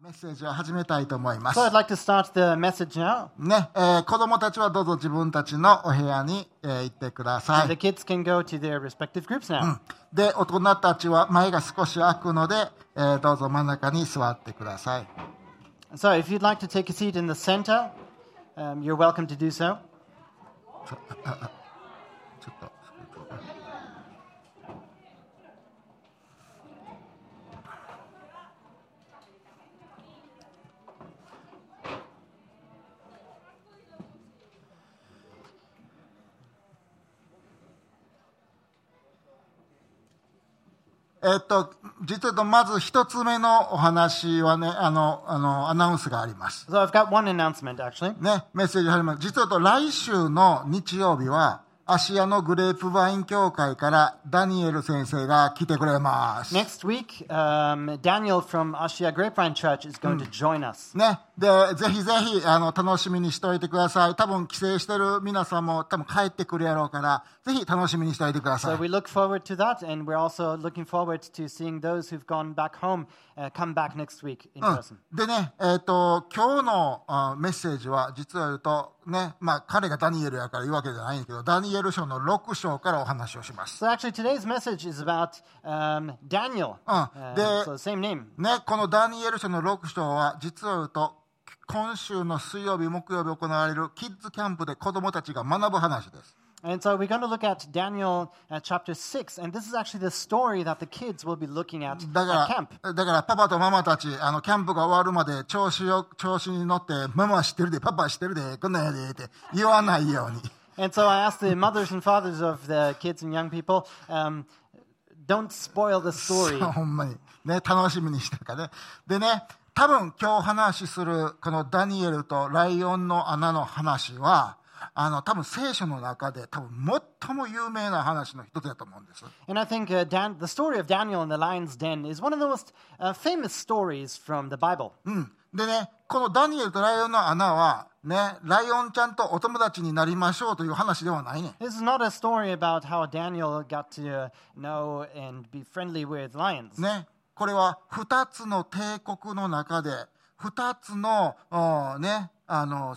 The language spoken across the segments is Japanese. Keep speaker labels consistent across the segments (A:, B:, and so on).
A: メッセージを始めたいと思います
B: So。I'd like to start the message now.
A: ね、えー子供たちはどうぞ自分たちのお部屋に、えー行ってくださ
B: The
A: い。
B: kids can go to their respective groups now.
A: で、大人たちは前が少し開くので、えーどうぞ真ん中に座ってください。
B: So if you'd like to take a seat in the center, um, you're welcome to do so.
A: ちょっと。えっと、実はまず一つ目のお話はね、あの、あの、アナウンスがあります。
B: So I've got one announcement actually.
A: ね、メッセージ始まる。実はと来週の日曜日は、芦屋のグレープワイン協会からダニエル先生が来てくれます。ね、
B: Next week, um, Daniel from Ashia Grapevine Church is going to join us.
A: で、ぜひぜひ、あの、楽しみにしておいてください。多分、帰省してる皆さんも多分帰ってくるやろうから、ぜひ楽しみにしておいてくださ
B: So
A: い。
B: we look forward to that, and we're also looking forward to seeing those who've gone back home uh, come back next week in
A: うん
B: person.
A: でね、えっ、と、今日のあメッセージは、実は言うと、ね、まあ、彼がダニエルやから言うわけじゃないんだけど、ダニエル書の6章からお話をします。
B: So actually, today's message is about um, Daniel.
A: Uh,
B: Um,
A: the-
B: so same name.
A: ね、このダニエル書の6章は、実を言うと、今週の水曜日、木曜日行われるキッズキャンプで子供たちが学ぶ話です。
B: And so we're going to look at Daniel uh, chapter 6, and this is actually the story that the kids will be looking at
A: だ
B: at
A: か
B: camp.
A: ら、だからパパとママたち、あの、キャンプが終わるまで調子を、調子に乗って、ママは知ってるで、パパは知ってるで、こんなんやで、って言わないように。
B: And so I asked the mothers and fathers of the kids and young people, um, don't spoil the story.
A: ほんまに。ね、楽しみにしてるからね。でね、多分今日話しする、このダニエルとライオンの穴の話は、あの、多分聖書の中で、多分最も有名な話の一つだと思うんです。
B: And I think uh, Dan- the story of Daniel in the lion's den is one of the most uh, famous stories from the Bible.
A: うんでね、このダニエルとライオンの穴は、ね、ライオンちゃんとお友達になりましょうという話ではないね。
B: This is not a story about how Daniel got to uh, know and be friendly with lions.
A: ね、これは二つの帝国の中で、二つの、おね、あの、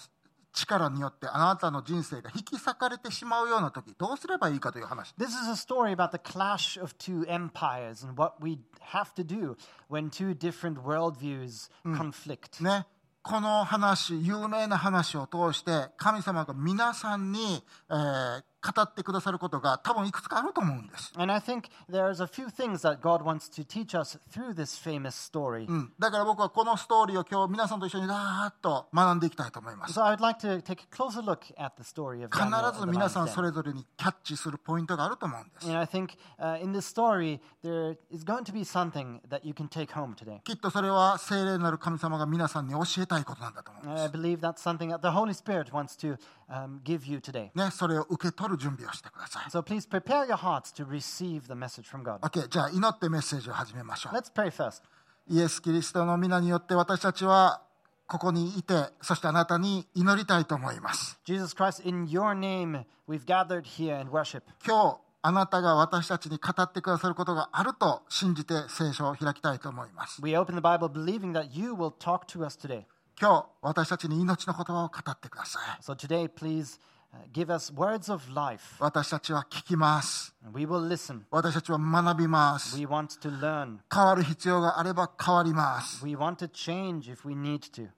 A: 力によってあなたの人生が引き裂かれてしまうような時、どうすればいいかという話。
B: This is a story about the clash of two empires and what we have to do when two different worldviews conflict.
A: ね、この話、有名な話を通して、神様が皆さんに、えー語ってくださることが多分いくつかあると思うんです。
B: And I think there's a few things that God wants to teach us through this famous story.
A: うんだから僕はこのストーリーを今日皆さんと一緒にだーっと学んでいきたいと思います。
B: So I would like to take a closer look at the story of
A: 必
B: Daniel. and
A: ず
B: the
A: 皆
B: lion's
A: さん
B: den.
A: それぞれにキャッチするポイントがあると思うんです。
B: And I think uh, in this story, there is going to be something that you can take home today.
A: きっとそれは聖霊なる神様が皆さんに教えたいことなんだと思うん
B: And
A: で
B: I believe that's something that the Holy Spirit wants to um, give you today.
A: す。ね、それを受け取る準備をしてください。
B: So please prepare your hearts to receive the message from God.
A: OK、じゃあ祈ってメッセージを始めましょう。
B: Let's pray first.
A: イエス・キリストの皆によって私たちはここにいて、そしてあなたに祈りたいと思います。
B: Jesus Christ, in your name, we've gathered here and worship.
A: 今日あなたが私たちに語ってくださることがあると信じて聖書を開きたいと思います。
B: We open the Bible believing that you will talk to us today.
A: 今日私たちに命の言葉を語ってください
B: So today, please uh, give us words of life.
A: 私たちは聞きます
B: We will listen.
A: 私たちは学びます
B: We want to learn.
A: 変わる必要があれば変わります
B: We want to change if we need to.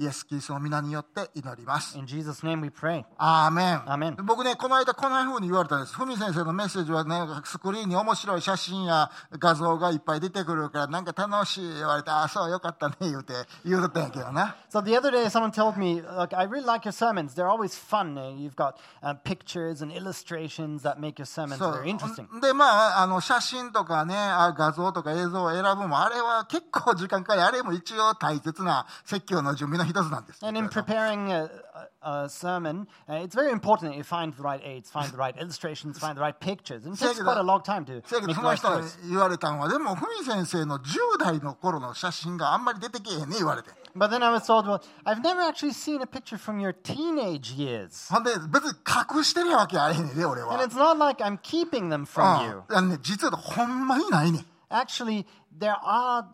A: イエス・キリストの皆によって祈ります
B: In Jesus' name we pray.
A: アーメン
B: アーメン
A: 僕ねこの間こんな風に言われたんですふみ先生のメッセージはねスクリーンに面白い写真や画像がいっぱい出てくるからなんか楽しい言われてああそうよかったね言うて言うとったんやけどな
B: So the other day, someone told me, "Look, I really like your sermons. They're always fun. Uh, You've got uh, pictures and illustrations that make your sermons
A: そう
B: very interesting."
A: でまああの写真とかねあ画像とか映像を選ぶのもあれは結構時間かかるあれも一応大切な説教の準備の一つなんです
B: And in
A: けれど
B: preparing a, a a sermon, uh, it's very important that you find the right aids, find the right illustrations, find the right pictures. And it takes
A: Second,
B: quite a long time to
A: せやけど
B: make
A: そ
B: the
A: の人が
B: right choice.
A: 言われたんはでもふみ先生の10代の頃の写真があんまり出てけえへんね言われて
B: But then I was told, "Well, I've never actually seen a picture from your teenage years,
A: ほんで別に隠してるわけあれへんねんで俺
B: and
A: は
B: it's not like I'm keeping them
A: うん
B: from you.
A: あのね実はほんまにないねん
B: Actually, there are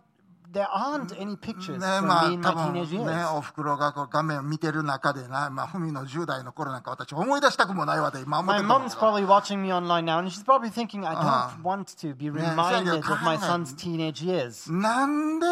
B: there aren't any pictures
A: ね
B: from
A: まあ
B: me in
A: 多
B: my
A: 分
B: teenage years.
A: ねおふくろがこう画面を見てる中でな、まあ、ふみの10代の頃なんか私思い出したくもないわで今思っ
B: My
A: てた
B: mom's probably watching me online now, and she's probably thinking, I don't want to be
A: so
B: reminded
A: you're
B: of my
A: kind.
B: son's teenage years.
A: なんで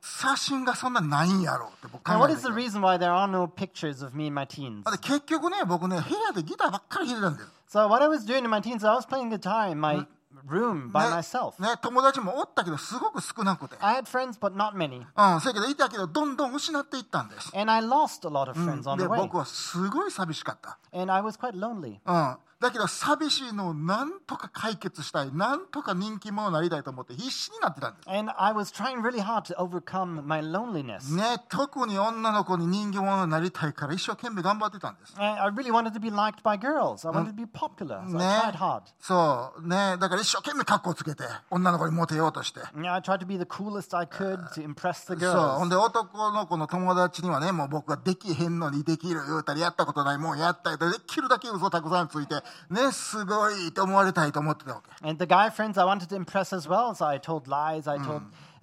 A: 写真がそんなないんやろうって僕
B: And
A: 考
B: what
A: え
B: is
A: て
B: the reason why there are no pictures of me in my teens?
A: で結局ね僕ね部屋でギターばっかり弾いてたんです
B: So, what I was doing in my teens, I was playing guitar in my room by
A: ね
B: myself.
A: ね、友達もおったけどすごく少なくて
B: I had friends, but not many.
A: うんせやけどいたけどどんどん失っていったんです
B: And I lost a lot of friends on
A: で
B: the way.
A: 僕はすごい寂しかった、
B: And I was quite lonely.
A: うん、だけど寂しいのをなんとか解決したいなんとか人気者になりたいと思って必死になってたんです
B: And I was trying really hard to overcome my loneliness.
A: ね、特に女の子に人気者になりたいから一生懸命頑張ってたんです。
B: I, I really wanted to be liked by girls. I wanted to be popular. So
A: ね
B: I tried hard.、
A: そう、ね、だから一生懸命格好つけて、女の子にモテようとして。
B: Yeah, I tried to be the coolest I could to impress the
A: そう、ほ
B: girls.
A: んで男の子の友達にはね、もう僕ができへんのにできる言うたり、やったことないもんやったりと、できるだけ嘘たくさんついて、ね、すごいと思われたいと思ってたわけ。
B: And the guy friends I wanted to impress as well. So I told lies. I told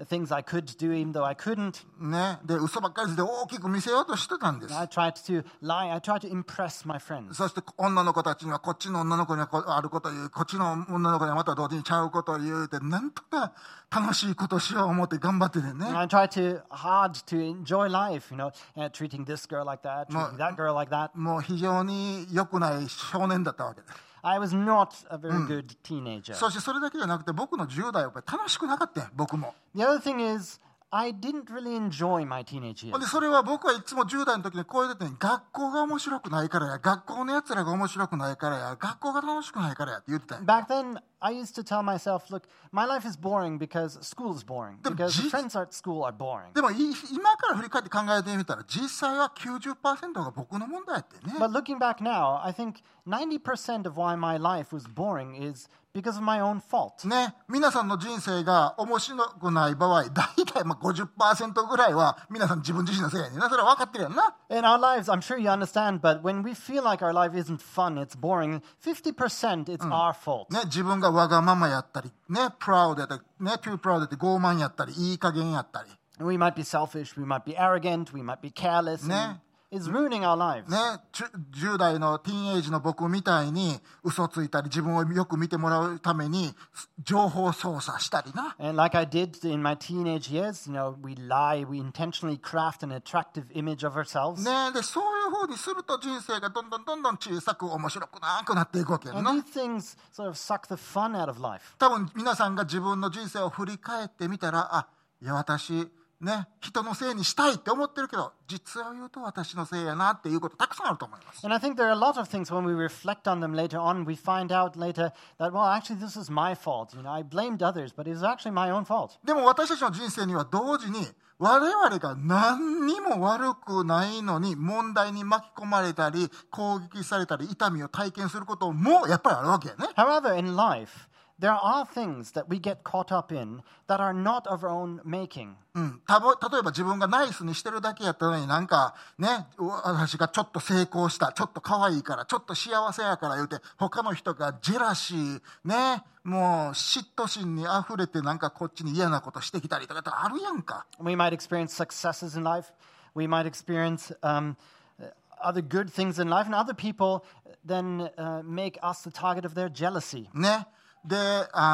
B: things I could do even though I couldn't.
A: ね、で、嘘ばっかりして大きく見せようとしてたんです。
B: I tried to lie. I tried to impress my friends.
A: そして女の子たちにはこっちの女の子にはこあることを言うこっちの女の子にはまた同時にちゃうことを言うてなんとか楽しいことしよう思って頑張っててね
B: And I tried to hard to enjoy life, you know, uh, treating this girl like that, treating that girl like that.
A: もう非常に良くない少年だったわけです
B: I was not a very good teenager.
A: そしてそれだけじゃなくて僕の10代はやっぱり楽しくなかったよ僕も
B: The other thing is, I didn't really enjoy my teenage
A: ほん
B: years.
A: でそれは僕はいつも10代の時にこういう時に学校が面白くないからや学校のやつらが面白くないからや学校が楽しくないからやって言ってたんよ
B: Back then, I used to tell myself, look, my life is boring because school is boring, because the
A: jeez.
B: friends at school are boboring.
A: でもい今から振り返って考えてみたら実際は90%が僕の問題やってね
B: But looking back now, I think 90% of why my life was boring is because of my own fault.
A: ね、皆さんの人生が面白くない場合、大体まあ50%ぐらいは皆さん自分自身のせいやねんな。それは分かってるやんな。
B: In our lives, I'm sure you understand, but when we feel like our life isn't fun, it's boring, 50% it's our fault.
A: ね、自分がわがままやったり、ね、プラウドやったり、ね、トゥープラウドって傲慢やったり、いい加減やったり、
B: We might be selfish, we might be arrogant, we might be careless. and
A: Nah.
B: It's ruining our lives.
A: ね、ちゅ10代のティーンエイジの僕みたいに嘘ついたり、自分をよく見てもらうために情報操作したりな。
B: And like I did in my teenage years, you know, we lie, we intentionally craft an attractive image of ourselves.
A: ね、で、そういう風にすると人生がどんどんどんどん小さく面白くなくなっていくわけやん
B: And
A: な。
B: these things sort of suck the fun out of life.
A: 多分皆さんが自分の人生を振り返ってみたらあいや私ね人のせいにしたいって思ってるけど実を言うと私のせいやなっていうことたくさんあると思います、
B: And I think there are a lot of things when we reflect on them later on, we find out later that, well, actually, this is my fault. You know, I blamed others, but it was actually my own fault.
A: でも私たちの人生には同時に我々が何にも悪くないのに問題に巻き込まれたり攻撃されたり痛みを体験することもやっぱりあるわけやね
B: However, in life, there are things that we get caught up in that are not of our own making.
A: うん、たぼ例えば自分がナイスにしてるだけやったのになんかねうわ私がちょっと成功したちょっと可愛いからちょっと幸せやから言うて他の人がジェラシーねもう嫉妬心にあふれてなんかこっちに嫌なことしてきたりとかってあるやんか
B: We might experience successes in life, we might experience um, uh, other good things in life, and other people then uh, make us the target of their jealousy.
A: ねで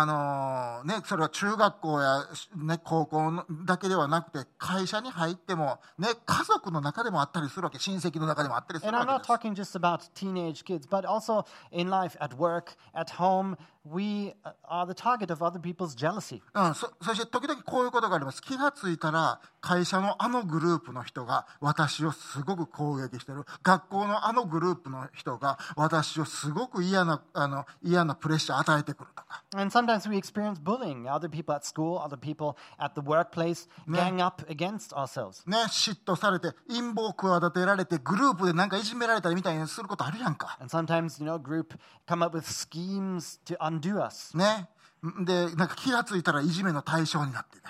A: あのーねそれは中学校や、ね、高校のだけではなくて会社に入ってもね家族の中でもあったりするわけ親戚の中でもあったりする
B: And
A: わ
B: I'm
A: けで
B: not
A: す
B: talking just about teenage kids, but also in life, at work, at home, we uh, are the target of other people's jealousy.
A: うん、そそして時々こういうことがあります気がついたら会社のあのグループの人が私をすごく攻撃してる学校のあのグループの人が私をすごく嫌なあの嫌なプレッシャー与えてくるとか
B: And sometimes we experience bullying. Other people at school, other people at the workplace gang up against ourselves.
A: ね嫉妬されて陰謀を企てられてグループでなんかいじめられたりみたいにすることあるやんか
B: And sometimes, you know, group come up with schemes to undo us.
A: ねんでなんか気がついたらいじめの対象になってね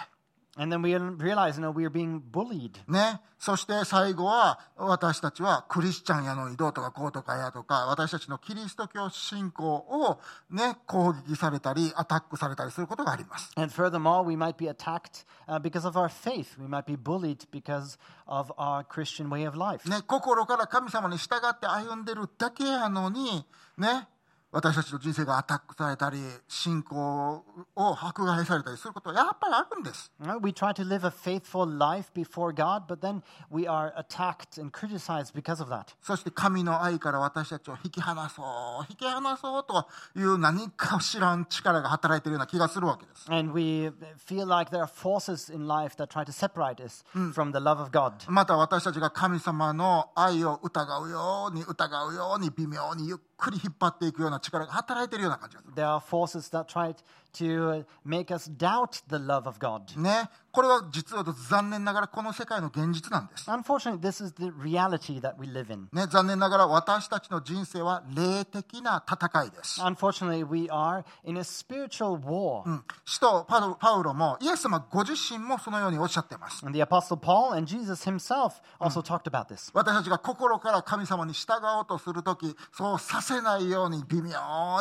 B: And then we realize, you know, we are being bullied.
A: ね、そして最後は私たちはクリスチャンやのにどうとかこうとかやとか私たちのキリスト教信仰を、ね、攻撃されたりアタックされたりすることがあります
B: And furthermore, we might be attacked uh, because of our faith. We might be bullied because of our Christian way of life.
A: ね、心から神様に従って歩んでるだけやのに、ね、私たちの人生がアタックされたり信仰を迫害されたりすることはやっぱりあるんです
B: You know, We try to live a faithful life before God, but then we are attacked and criticized because of that.
A: そして神の愛から私たちを引き離そう引き離そうという何か知らん力が働いてるような気がするわけです
B: And we feel like there are forces in life that try to separate us from the love of God.
A: また私たちが神様の愛を疑うように疑うように微妙にゆっくり引っ張っていくような力が働いているような感じがす
B: There are forces that try to uh, make us doubt the love of God.
A: る。ね、これは実は残念ながらこの世界の現実なんです。
B: Unfortunately, this is the reality that we live in.
A: ね、残念ながら私たちの人生は霊的な戦いです。
B: Unfortunately, we are in a spiritual war.
A: 使徒パウパウロもイエス様ご自身もそのようにおっしゃっています。
B: And the Apostle Paul and Jesus himself also talked about this.
A: 私たちが心から神様に従おうとするとき、そうさせないように微妙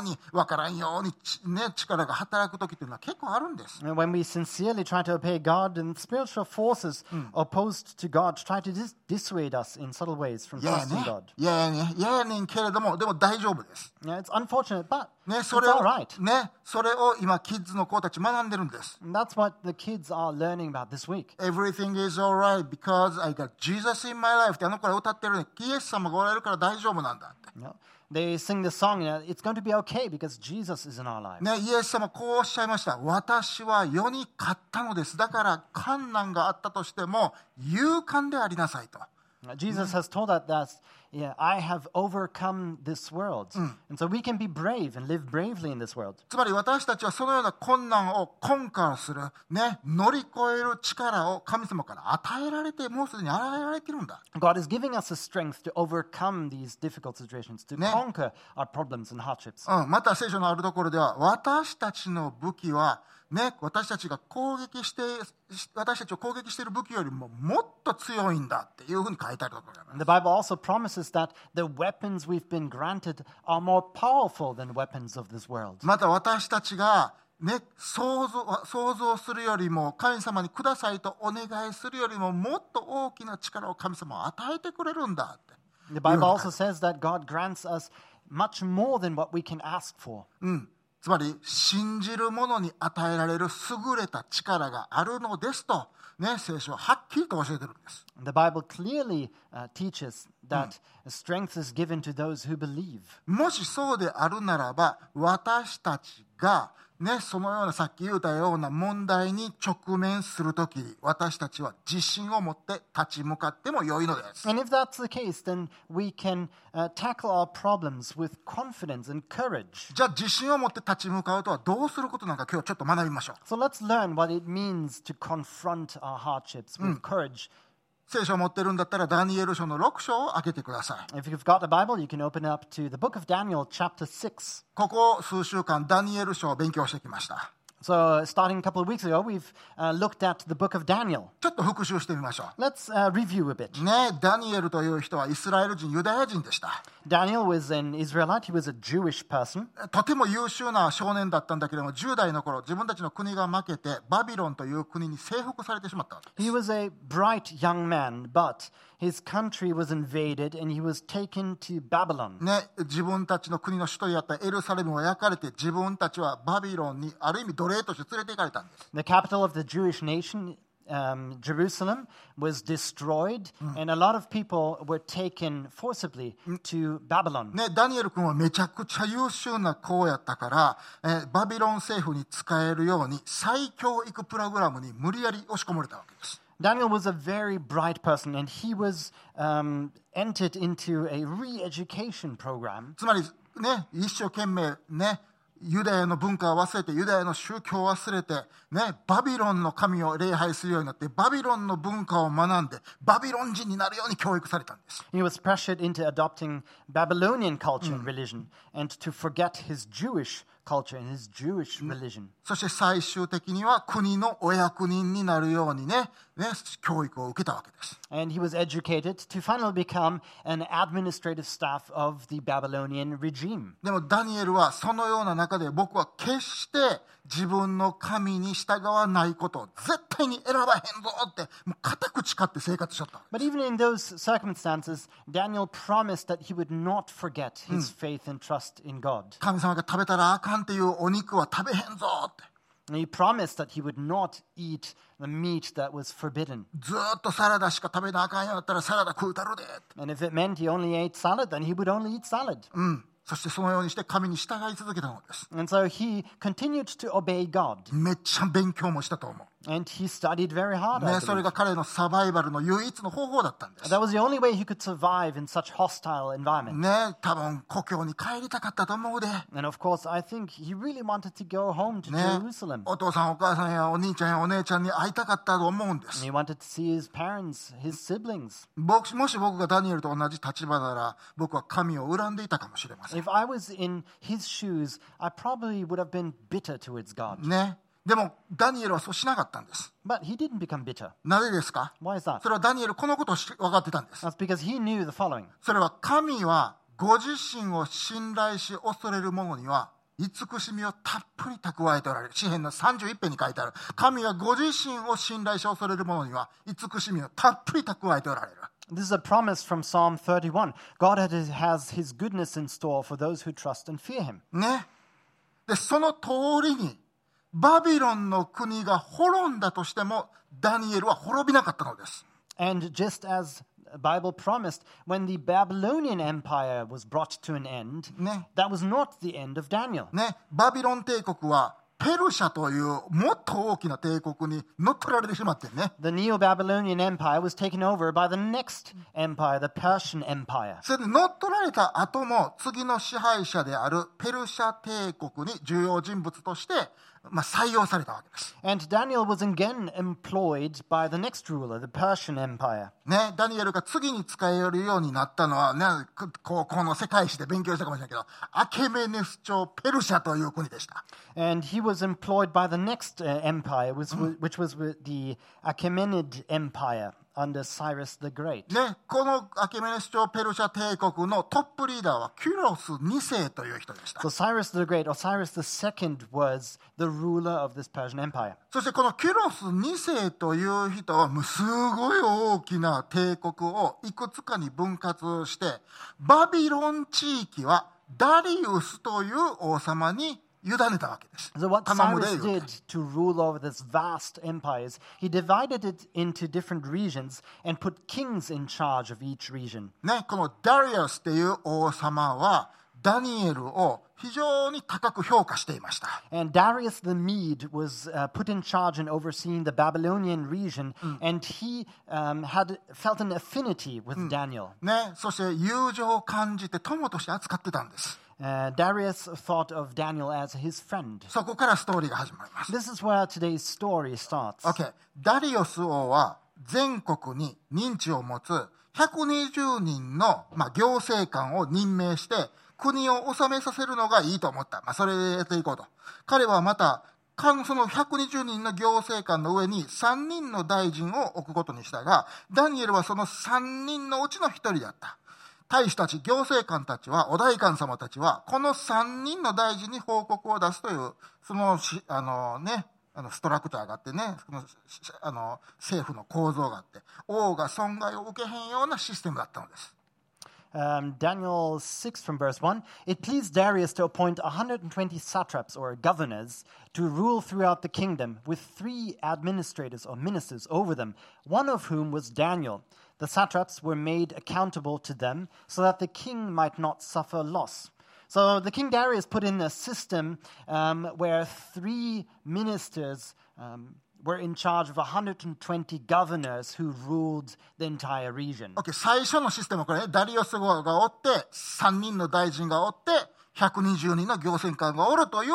A: に分からんように、ちね、力が働くときというのは結構あるんです。
B: And when we sincerely try to obey God and spiritual forces opposed to God try to dis- dissuade us in subtle ways from
A: 嫌や
B: trusting
A: ね
B: God.
A: 嫌やね嫌やねんけれどもでも大丈夫です、
B: Yeah, it's unfortunate, but
A: ね、
B: it's
A: それを
B: all right.
A: ね、それを今キッズの子たち学んでるんです
B: And that's what the kids are learning about this week.
A: Everything is alright because I got Jesus in my life ってあの子ら歌ってるねイエス様がおられるから大丈夫なんだっ
B: You know? They sing the song, you know, it's going to be okay because Jesus is in our life.
A: て、ね、イエス様こうおっしゃいました私は世に勝ったのですだから困難があったとしても勇敢でありなさいと
B: Uh, Jesus has told us that, yeah, I have overcome this world. And so we can be brave and live bravely in this world.
A: つまり私たちはそのような困難を根下する、ね、乗り越える力を神様から与えられてもうすでに与えられてるんだ
B: God is giving us the strength to overcome these difficult situations, to
A: Ne.
B: conquer our problems and hardships.
A: うん、また聖書のあるところでは私たちの武器は、ね、私たちが攻撃してし私たちを攻撃している武器よりももっと強いんだっていうふうに書いてあるところがあります
B: And the Bible also promises that the weapons we've been granted are more powerful than weapons of this world.
A: また私たちが、ね、想像想像するよりも神様にくださいとお願いするよりももっと大きな力を神様は与えてくれるんだって
B: The Bible also says that God grants us much more than what we can ask for.
A: つまり信じる者に与えられる優れた力があるのですと、ね、聖書ははっきりと教えてるんです
B: The Bible clearly uh, teaches that strength is given to those who believe.
A: もしそうであるならば私たちが、ね、そのようなさっき言ったような問題に直面するとき私たちは自信を持って立ち向かっても良いのです。
B: And if that's the case, then we can uh, tackle our problems with confidence and courage.
A: じゃあ自信を持って立ち向かうとはどうすることなのか今日ちょっと学びましょう。
B: So let's learn what it means to confront our hardships with courage.
A: 聖書を持ってるんだったらダニエル書の6章を開けてください。
B: If you've got a Bible, you can open up to the book of Daniel, chapter 6.
A: ここ数週間ダニエル書を勉強してきました。
B: So, uh, starting a couple of weeks ago, we've uh, looked at the book of Daniel.
A: ちょっと復習してみましょ
B: Let's uh, review a bit.
A: う。ねえダニエルという人はイスラエル人ユダヤ人でした。
B: Daniel was an Israelite, he was a Jewish person.
A: とても優秀な少年だったんだけども10代の頃自分たちの国が負けてバビロンという国に征服されてしまったわけ
B: He was a bright young man, but his country was invaded and he was taken to Babylon.
A: ね、自分たちの国の首都であったエルサレムは焼かれて自分たちはバビロンにある意味奴隷として連れて行かれたんです
B: The capital of the Jewish nation, um, Jerusalem, was destroyed, and a lot of people were taken forcibly to Babylon.
A: ね、ダニエル君はめちゃくちゃ優秀な子やったから、えーバビロン政府に使えるように再教育プログラムに無理やり押し込まれたわけです
B: Daniel was a very bright person, and he was um, entered into a re education program.
A: つまりね、一生懸命ね、ユダヤの文化を忘れて、ユダヤの宗教を忘れて、ね、バビロンの神を礼拝するようになって、バビロンの文化を学んで、バビロン人になるように教育されたんです。
B: He was pressured into adopting Babylonian culture and religion and to forget his Jewish culture, in his Jewish religion.
A: そして最終的には国のお役人になるようにねね教育を受けたわけです。
B: And he was educated to finally become an administrative staff of the Babylonian regime.
A: でもダニエルはそのような中で僕は決して自分の神に従わないことを絶対に選ばへんぞってもう固く誓って生活しとった。
B: But even in those circumstances, Daniel promised that he would not forget his faith and trust in God.
A: 神様が食べたらあかんっていうお肉は食べへんぞって
B: And he promised that he would not eat the meat that was forbidden.
A: ずーっとサラダしか食べなあかんようだったらサラダ食うたるでって
B: And if it meant he only ate salad, then he would only eat salad.
A: うん、そしてそのようにして神に従い続けたのです。
B: And so he continued to obey God.
A: めっちゃ勉強もしたと思
B: And he studied very hard.
A: う。
B: I
A: ね、それ
B: believe.
A: が彼のサバイバルの唯一の方法だったんです。
B: That was the only way he could survive in such hostile environment.
A: ね、多分故郷に帰りたかったと思うで。
B: And of course, I think he really wanted to go home to
A: ね
B: Jerusalem.
A: お父さんお母さんやお兄ちゃんやお姉ちゃんに会いたかったと思うんで
B: And
A: す
B: he wanted to see his parents, his siblings.
A: 僕もし僕がダニエルと同じ立場なら僕は神を恨んでいたかもしれません
B: If I was in his shoes, I probably would have been bitter towards God.
A: ねでもダニエルはそうしなかったんです
B: But he didn't become bitter.
A: なぜですか
B: Why is that?
A: それはダニエルこのことを知分かってたんです。
B: That's because he knew the following
A: それは神はご自身を信頼し恐れる者には慈しみをたっぷり蓄えておられる。詩篇の31編に書いてある。神はご自身を信頼し恐れる者には慈しみをたっぷり蓄えておられる。
B: This is a promise from Psalm 31. God had- has his goodness in store for those who trust and fear him.
A: ね。で、その通りに、バビロンの国が滅んだとしても、ダニエルは滅びなかったのです。
B: And just as the Bible promised, when the Babylonian Empire was brought to an end,
A: Ne.
B: that was not the end of Daniel.
A: ね。バビロン帝国は、ペルシャというもっと大きな帝国に乗っ取られてしまってね。
B: The Neo Babylonian Empire was taken over by the next empire, the Persian Empire.
A: それで乗っ取られた後も、次の支配者であるペルシャ帝国に重要人物として、まあ、採用されたわけです。
B: And Daniel was again employed by the next ruler, the Persian Empire.
A: ね、ダニエルが次に使えるようになったのは、ね、く高校の世界史で勉強したかもしれないけど、アケメネス朝ペルシャという国でした。
B: And he was employed by the next uh, empire, was, which was with the Achaemenid Empire under Cyrus the Great.
A: ね、このアケメネス朝ペルシャ帝国のトップリーダーはキュロス2世という人でした
B: So。Cyrus the Great, or Cyrus the Second, was the ruler of this Persian Empire.
A: そしてこのキュロス2世という人はもうすごい大きな帝国をいくつかに分割して、バビロン地域はダリウスという王様に委ねたわけです。
B: So what
A: 卵で
B: Cyrus
A: 言う
B: did to rule over this vast empire is he divided it into different regions and put kings in charge of each region.
A: ね、このダリアスっていう王様は、ダニエルを非常に高く評価していました。
B: And Darius the Mede was uh, put in charge and overseeing the Babylonian region, and he um, had felt an affinity with Daniel.
A: ね、そして友情を感じて友として扱ってたんです。
B: Uh, Darius thought of Daniel as his friend.
A: そこからストーリーが始まります。
B: This is where today's story starts.
A: OK。ダリオス王は全国に認知を持つ120人の、まあ、行政官を任命して国を治めさせるのがいいと思った。まあ、それでやっていこうと。彼はまた、かその120人の行政官の上に3人の大臣を置くことにしたが、ダニエルはその3人のうちの1人だった。大使たち、行政官たちは、お代官様たちは、この3人の大臣に報告を出すという、そのし、あのね、あのストラクチャーがあってね、そのししあの政府の構造があって、王が損害を受けへんようなシステムだったのです。
B: Um, Daniel 6 from verse 1 It pleased Darius to appoint 120 satraps or governors to rule throughout the kingdom with three administrators or ministers over them, one of whom was Daniel. The satraps were made accountable to them so that the king might not suffer loss. So the king Darius put in a system um, where three ministers um, were in charge of 120 governors who ruled the entire region.
A: OK、最初のシステムはこれね、ダリオス号がおって、3人の大臣がおって、120人の行政官がおるという、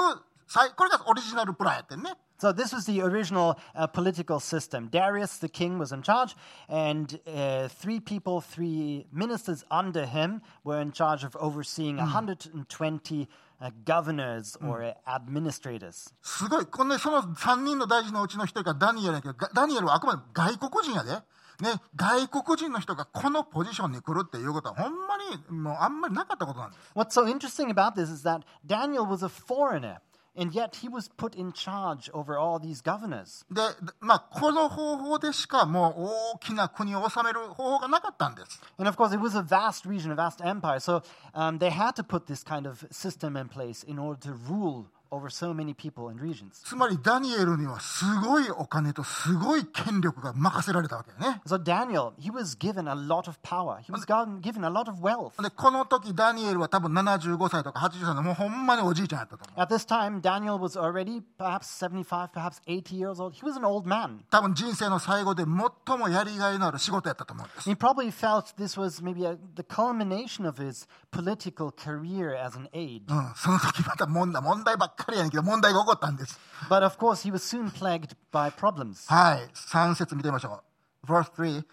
A: さいこれがオリジナルプランやってんね。
B: So this was the original uh, political system. Darius the king was in charge, and uh, three people, three ministers under him, were in charge of overseeing 120 uh, governors or uh, administrators.
A: すごい、このね、その3人の大臣のうちの1人がダニエルやけど、がダニエルはあくまで外国人やで。ね、外国人の人がこのポジションに来るっていうことは、ほんまに、もうあんまりなかったことなんです。
B: What's so interesting about this is that Daniel was a foreigner, and yet he was put in charge over all these governors.
A: で、まあ、この方法でしかもう大きな国を治める方法がなかったんです。
B: And of course, it was a vast region, a vast empire, so um, they had to put this kind of system in place in order to rule over so many people and regions.
A: つまり、ダニエルにはすごいお金とすごい権力が任せられたわけよね。
B: So Daniel, he was given a lot of power. He was gotten- given a lot of wealth.
A: で、この時、ダニエルは多分75歳とか80歳の、もうほんまにおじいちゃんやったと思う。
B: At this time, Daniel was already perhaps 75, perhaps 80 years old. He was an old man.
A: 多分人生の最後で最もやりがいのある仕事やったと思うんです。
B: He probably felt this was maybe a, the culmination of his political career as an aide.
A: うん、その時また問題、問題ばっかりやねんけど、問題が起こったんです。
B: But of course, he was soon plagued by problems.
A: はい、3節見てみましょう。verse 3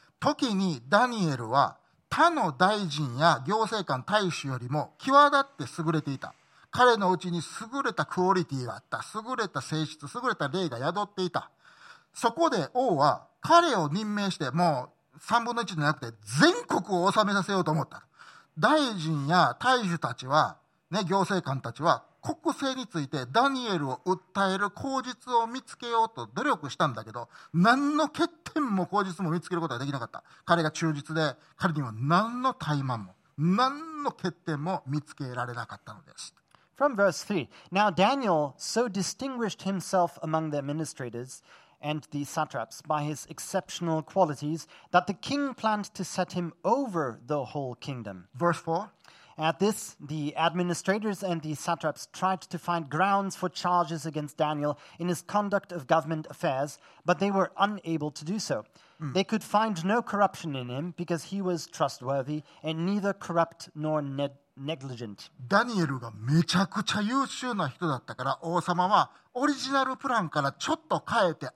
A: 時にダニエルは他の大臣や行政官大使よりも際立って優れていた。彼のうちに優れたクオリティがあった。優れた性質、優れた霊が宿っていた。そこで王は彼を任命して、もう3分の1じゃなくて全国を治めさせようと思った。大臣や大主たちは、ね、行政官たちは、国政についてダニエルを訴える口実を見つけようと努力したんだけど、何の欠点も口実も見つけることができなかった。彼が忠実で、彼には何の怠慢も、何の欠点も見つけられなかったのです。
B: From verse 3 Now Daniel so distinguished himself among the administrators and the satraps by his exceptional qualities that the king planned to set him over the whole kingdom.
A: Verse 4.
B: At this, the administrators and the satraps tried to find grounds for charges against Daniel in his conduct of government affairs, but they were unable to do so. They could find no corruption in him because he was trustworthy and neither corrupt nor ne- negligent.
A: ダニエルがめちゃくちゃ優秀な人だったから王様はオリジナルプランからちょっと変えて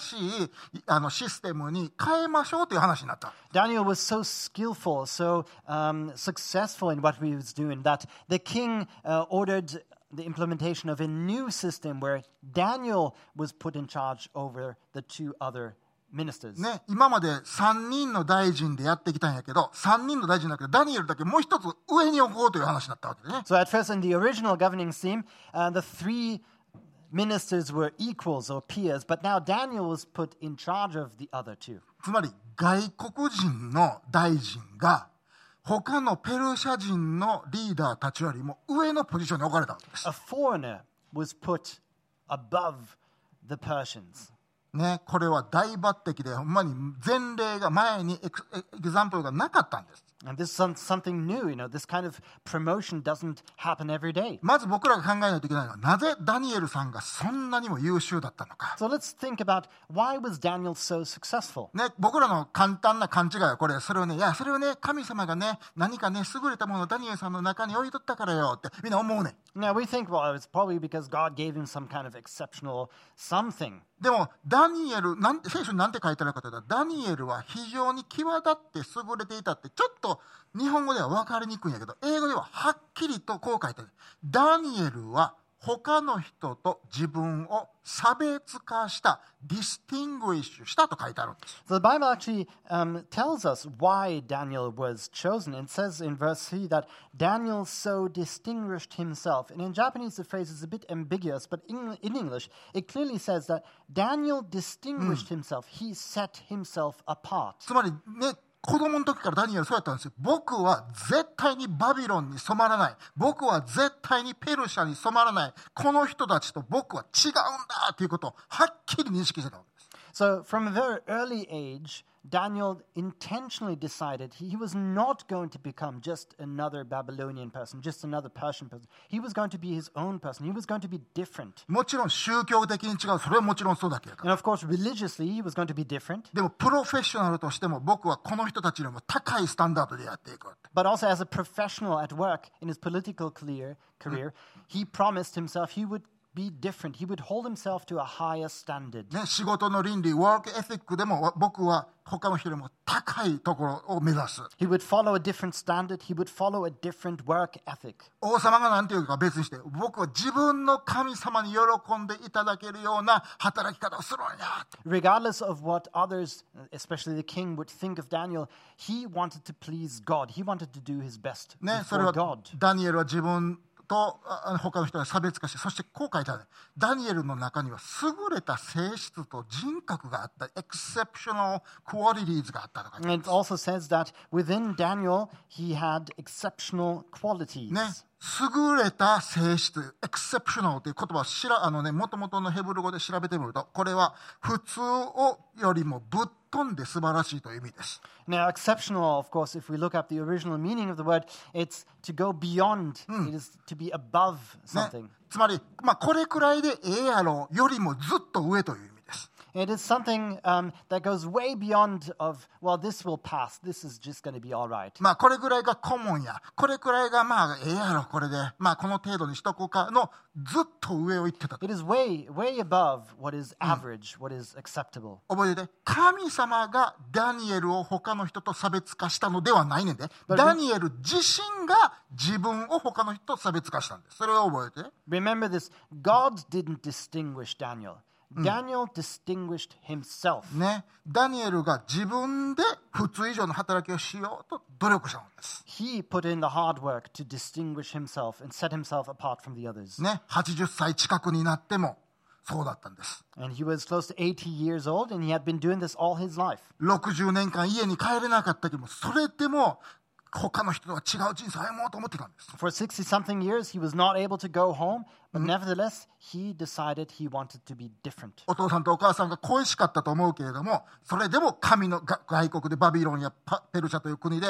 A: 新しいあのシステムに変えましょうという話になった。
B: Daniel was so skillful, so um, successful in what he was doing that the king uh, ordered the implementation of a new system where Daniel was put in charge over the two other ministers.
A: ね、今まで3人の大臣でやってきたんやけど3人の大臣だけどダニエルだけもう一つ上に置こうという話になったわけでね。
B: So at first, in the original governing scheme, uh, the three ministers were equals or peers, but now Daniel was put in charge of the other two.
A: つまり外国人の大臣が他のペルシャ人のリーダーたちよりも上のポジションに置かれたわけです。
B: A foreigner was put above the Persians.
A: ね、これは大抜擢で、ほんまに前例が前にエクエグザンプルがなかったんです。
B: And this is some, something new, you know, this kind of promotion doesn't happen every day.
A: まず僕らが考えないといけないのは、なぜダニエルさんがそんなにも優秀だったのか。
B: So let's think about why was Daniel so successful?
A: ね、僕らの簡単な勘違いはこれ、それをね、いや、それをね、神様がね、何かね、優れたものをダニエルさんの中に置いとったからよって、みんな思うねん。
B: Now we think, well, it's probably because God gave him some kind of exceptional something.
A: でも、ダニエル、なんて、聖書に何て書いてあるかというと、ダニエルは非常に際立って優れていたって、ちょっと日本語では分かりにくいんやけど、英語でははっきりとこう書いてある。ダニエルは他の人と自分を差別化した、ディスティングイッシュしたと書いてあるんです。
B: So the Bible actually um, tells us why Daniel was chosen. It says in verse 3 that Daniel so distinguished himself. And in Japanese, the phrase is a bit ambiguous, but in, in English, it clearly says that Daniel distinguished himself. He set himself apart.
A: つまりね、子供の時からダニエルそうやったんですよ。僕は絶対にバビロンに染まらない。僕は絶対にペルシャに染まらない。この人たちと僕は違うんだということをはっきり認識してたわけです。
B: So, from a very early age, Daniel intentionally decided he he was not going to become just another Babylonian person, just another Persian person. He was going to be his own person. He was going to be different.
A: もちろん宗教的に違う、それはもちろんそうだけれど。
B: And of course, religiously, he was going to be different.
A: でも、プロフェッショナルとしても僕はこの人たちよりも高いスタンダードでやっていく。
B: But also, as a professional at work in his political clear, career, he promised himself he would be different. He would hold himself to a higher standard.
A: ね、仕事の倫理、ワークエティックでもわ僕は他の人よりも高いところを目指す。
B: He would follow a different standard. He would follow a different work ethic.
A: 王様が何て言うか別にして、僕は自分の神様に喜んでいただけるような働き方をするんやって。
B: Regardless of what others, especially the king, would think of Daniel, he wanted to please God. He wanted to do his best
A: ね、それ
B: before
A: は
B: God.
A: ダニエルは自分とああの他の人が差別化して、そしてこう書いてある。ダニエルの中には優れた性質と人格があった、エクセプショナルクオリティーズがあったとか、
B: And it also says that within Daniel, he had exceptional qualities.
A: ね、優れた性質、エクセプショナルという言葉をしら、あのね、もともとのヘブル語で調べてみると、これは普通をよりもぶっ飛んで素晴らしいという意味です。
B: Now, exceptional, of course, if we look up the original meaning of the word, it's to go beyond, it is to be above
A: ね
B: something.、
A: つまり、まあ、これくらいでええやろうよりもずっと上という意味です。
B: It is something um, that goes way beyond of, well, this will pass. This is just going to be all right.
A: まあ、これぐらいが顧問や、これくらいがまあ、ええやろ、これで、まあ、この程度にしとこうかの、ずっと上を行ってたと。
B: It is way, way above what is average, what is acceptable.
A: 覚えてて、神様がダニエルを他の人と差別化したのではないねんで、ダニエル自身が自分を他の人と差別化したんです。それを覚えて。
B: Remember this God didn't distinguish Daniel, Daniel distinguished himself.
A: ね。ダニエルが自分で普通以上の働きをしようと努力したんです。
B: He put in the hard work to distinguish himself and set himself apart from the others.
A: ね。80歳近くになっても、そうだったんです。
B: And he was close to 80 years old, and he had been doing this all his life.
A: 60年間家に帰れなかったけども、それでも他の人とは違う人生を歩もうと思ってたんです。
B: For 60 something years, he was not able to go home, but nevertheless, he decided he wanted to be different.
A: お父さんとお母さんが恋しかったと思うけれども、それでも神のが外国でバビロンやパペルシャという国で、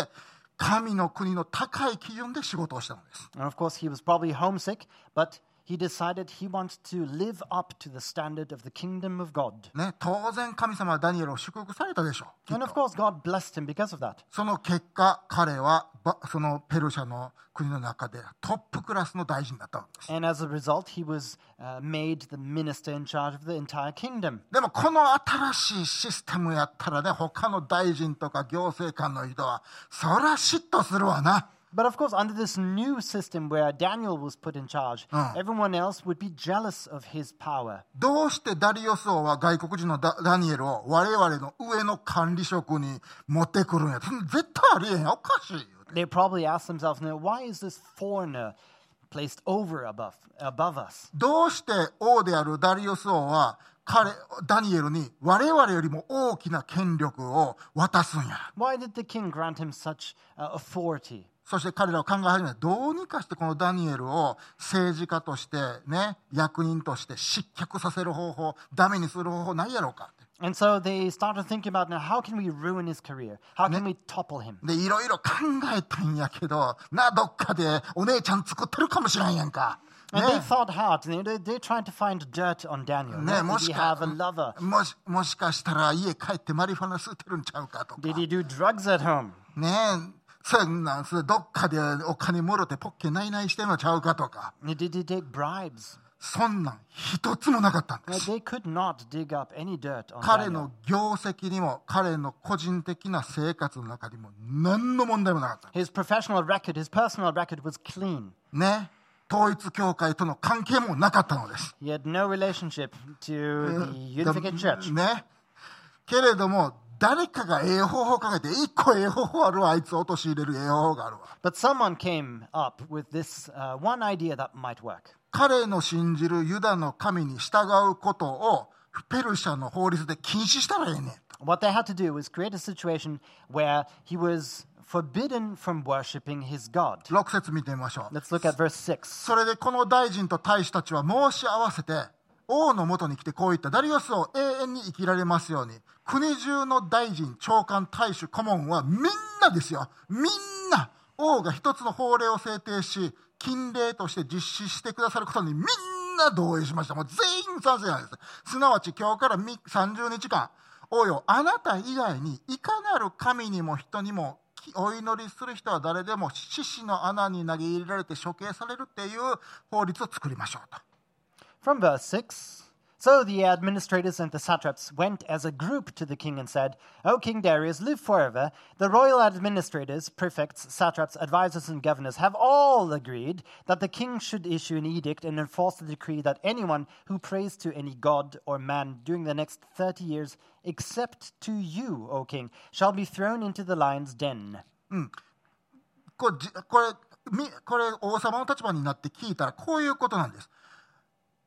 A: 神の国の高い基準で仕事をしたのです。
B: And of course, he was probably homesick, but he decided he wanted to live up to the standard of the kingdom of God.
A: ね、当然神様はダニエルを祝福されたでしょう。
B: And of course, God blessed him because of that.
A: その結果、彼はばそのペルシャの国の中でトップクラスの大臣だったわけです。
B: And as a result, he was uh, made the minister in charge of the entire kingdom.
A: でもこの新しいシステムやったらね、他の大臣とか行政官の人は、そら嫉妬するわな。
B: But of course, under this new system where Daniel was put in charge, everyone else would be jealous of his power.
A: どうしてダリオス王は外国人のダダニエルを我々の上の管理職に持ってくるんや。そんな絶対ありえへん。おかしいよ。
B: They probably asked themselves, now, why is this foreigner placed over above, above us?
A: どうして王であるダリオス王は彼、ダニエルに我々よりも大きな権力を渡すんや。
B: Why did the king grant him such uh, authority?
A: そして彼らは考え始めた。どうにかしてこのダニエルを政治家としてね、役人として失脚させる方法、ダメにする方法ないやろうかって。
B: And so they started thinking about now how can we ruin his career? How can we topple him?
A: で、いろいろ考えたんやけど、な、どっかでお姉ちゃん作ってるかもしれんやんか。ね
B: And they thought hard. They, they, they tried to find dirt on Daniel.
A: ね
B: Where
A: も
B: Did
A: し
B: he
A: か
B: have a lover?
A: もしもしかしたら家帰ってマリファナ吸ってるんちゃうかとか
B: Did he do drugs at home?
A: ねそんなんそれどっかでお金もろてポッケないないしてんのちゃうかとか
B: Did he take bribes?
A: そんなん一つもなかったんです
B: Now, They could not dig up any dirt on
A: 彼
B: Daniel.
A: の業績にも彼の個人的な生活の中にも何の問題もなかった
B: His professional record, his personal record was clean.
A: ね統一教会との関係もなかったのです。
B: He had no relationship to the
A: だ
B: Unified Church.
A: ね。けれども、誰かがええ方法をかけて、一個ええ方法あるわ、あいつを陥れるええ方法があるわ。
B: But someone came up with this uh, one idea that might work.
A: 彼の信じるユダの神に従うことを、ペルシャの法律で禁止したらええねんと。
B: What they had to do was create a situation where he was forbidden from worshipping his God.
A: 6節見てみましょう。
B: Let's look at verse 6.
A: それでこの大臣と大使たちは申し合わせて、王のもとに来てこう言った。ダリオスを永遠に生きられますように。国中の大臣、長官、大使、顧問はみんなですよ。みんな、王が一つの法令を制定し、禁令として実施してくださることにみんな同意しました。もう全員賛成なんです。すなわち今日からみ30日間、王よ、あなた以外にいかなる神にも人にもお祈りする人は誰でも獅子の穴に投げ入れられて処刑されるっていう法律を作りましょうと。
B: From verse 6 So the administrators and the satraps went as a group to the king and said, O King Darius, live forever. The royal administrators, prefects, satraps, advisors, and governors have all agreed that the king should issue an edict and enforce the decree that anyone who prays to any god or man during the next 30 years, except to you, O king, shall be thrown into the lion's den.
A: こうじこれみこれ王様の立場になって聞いたらこういうことなんです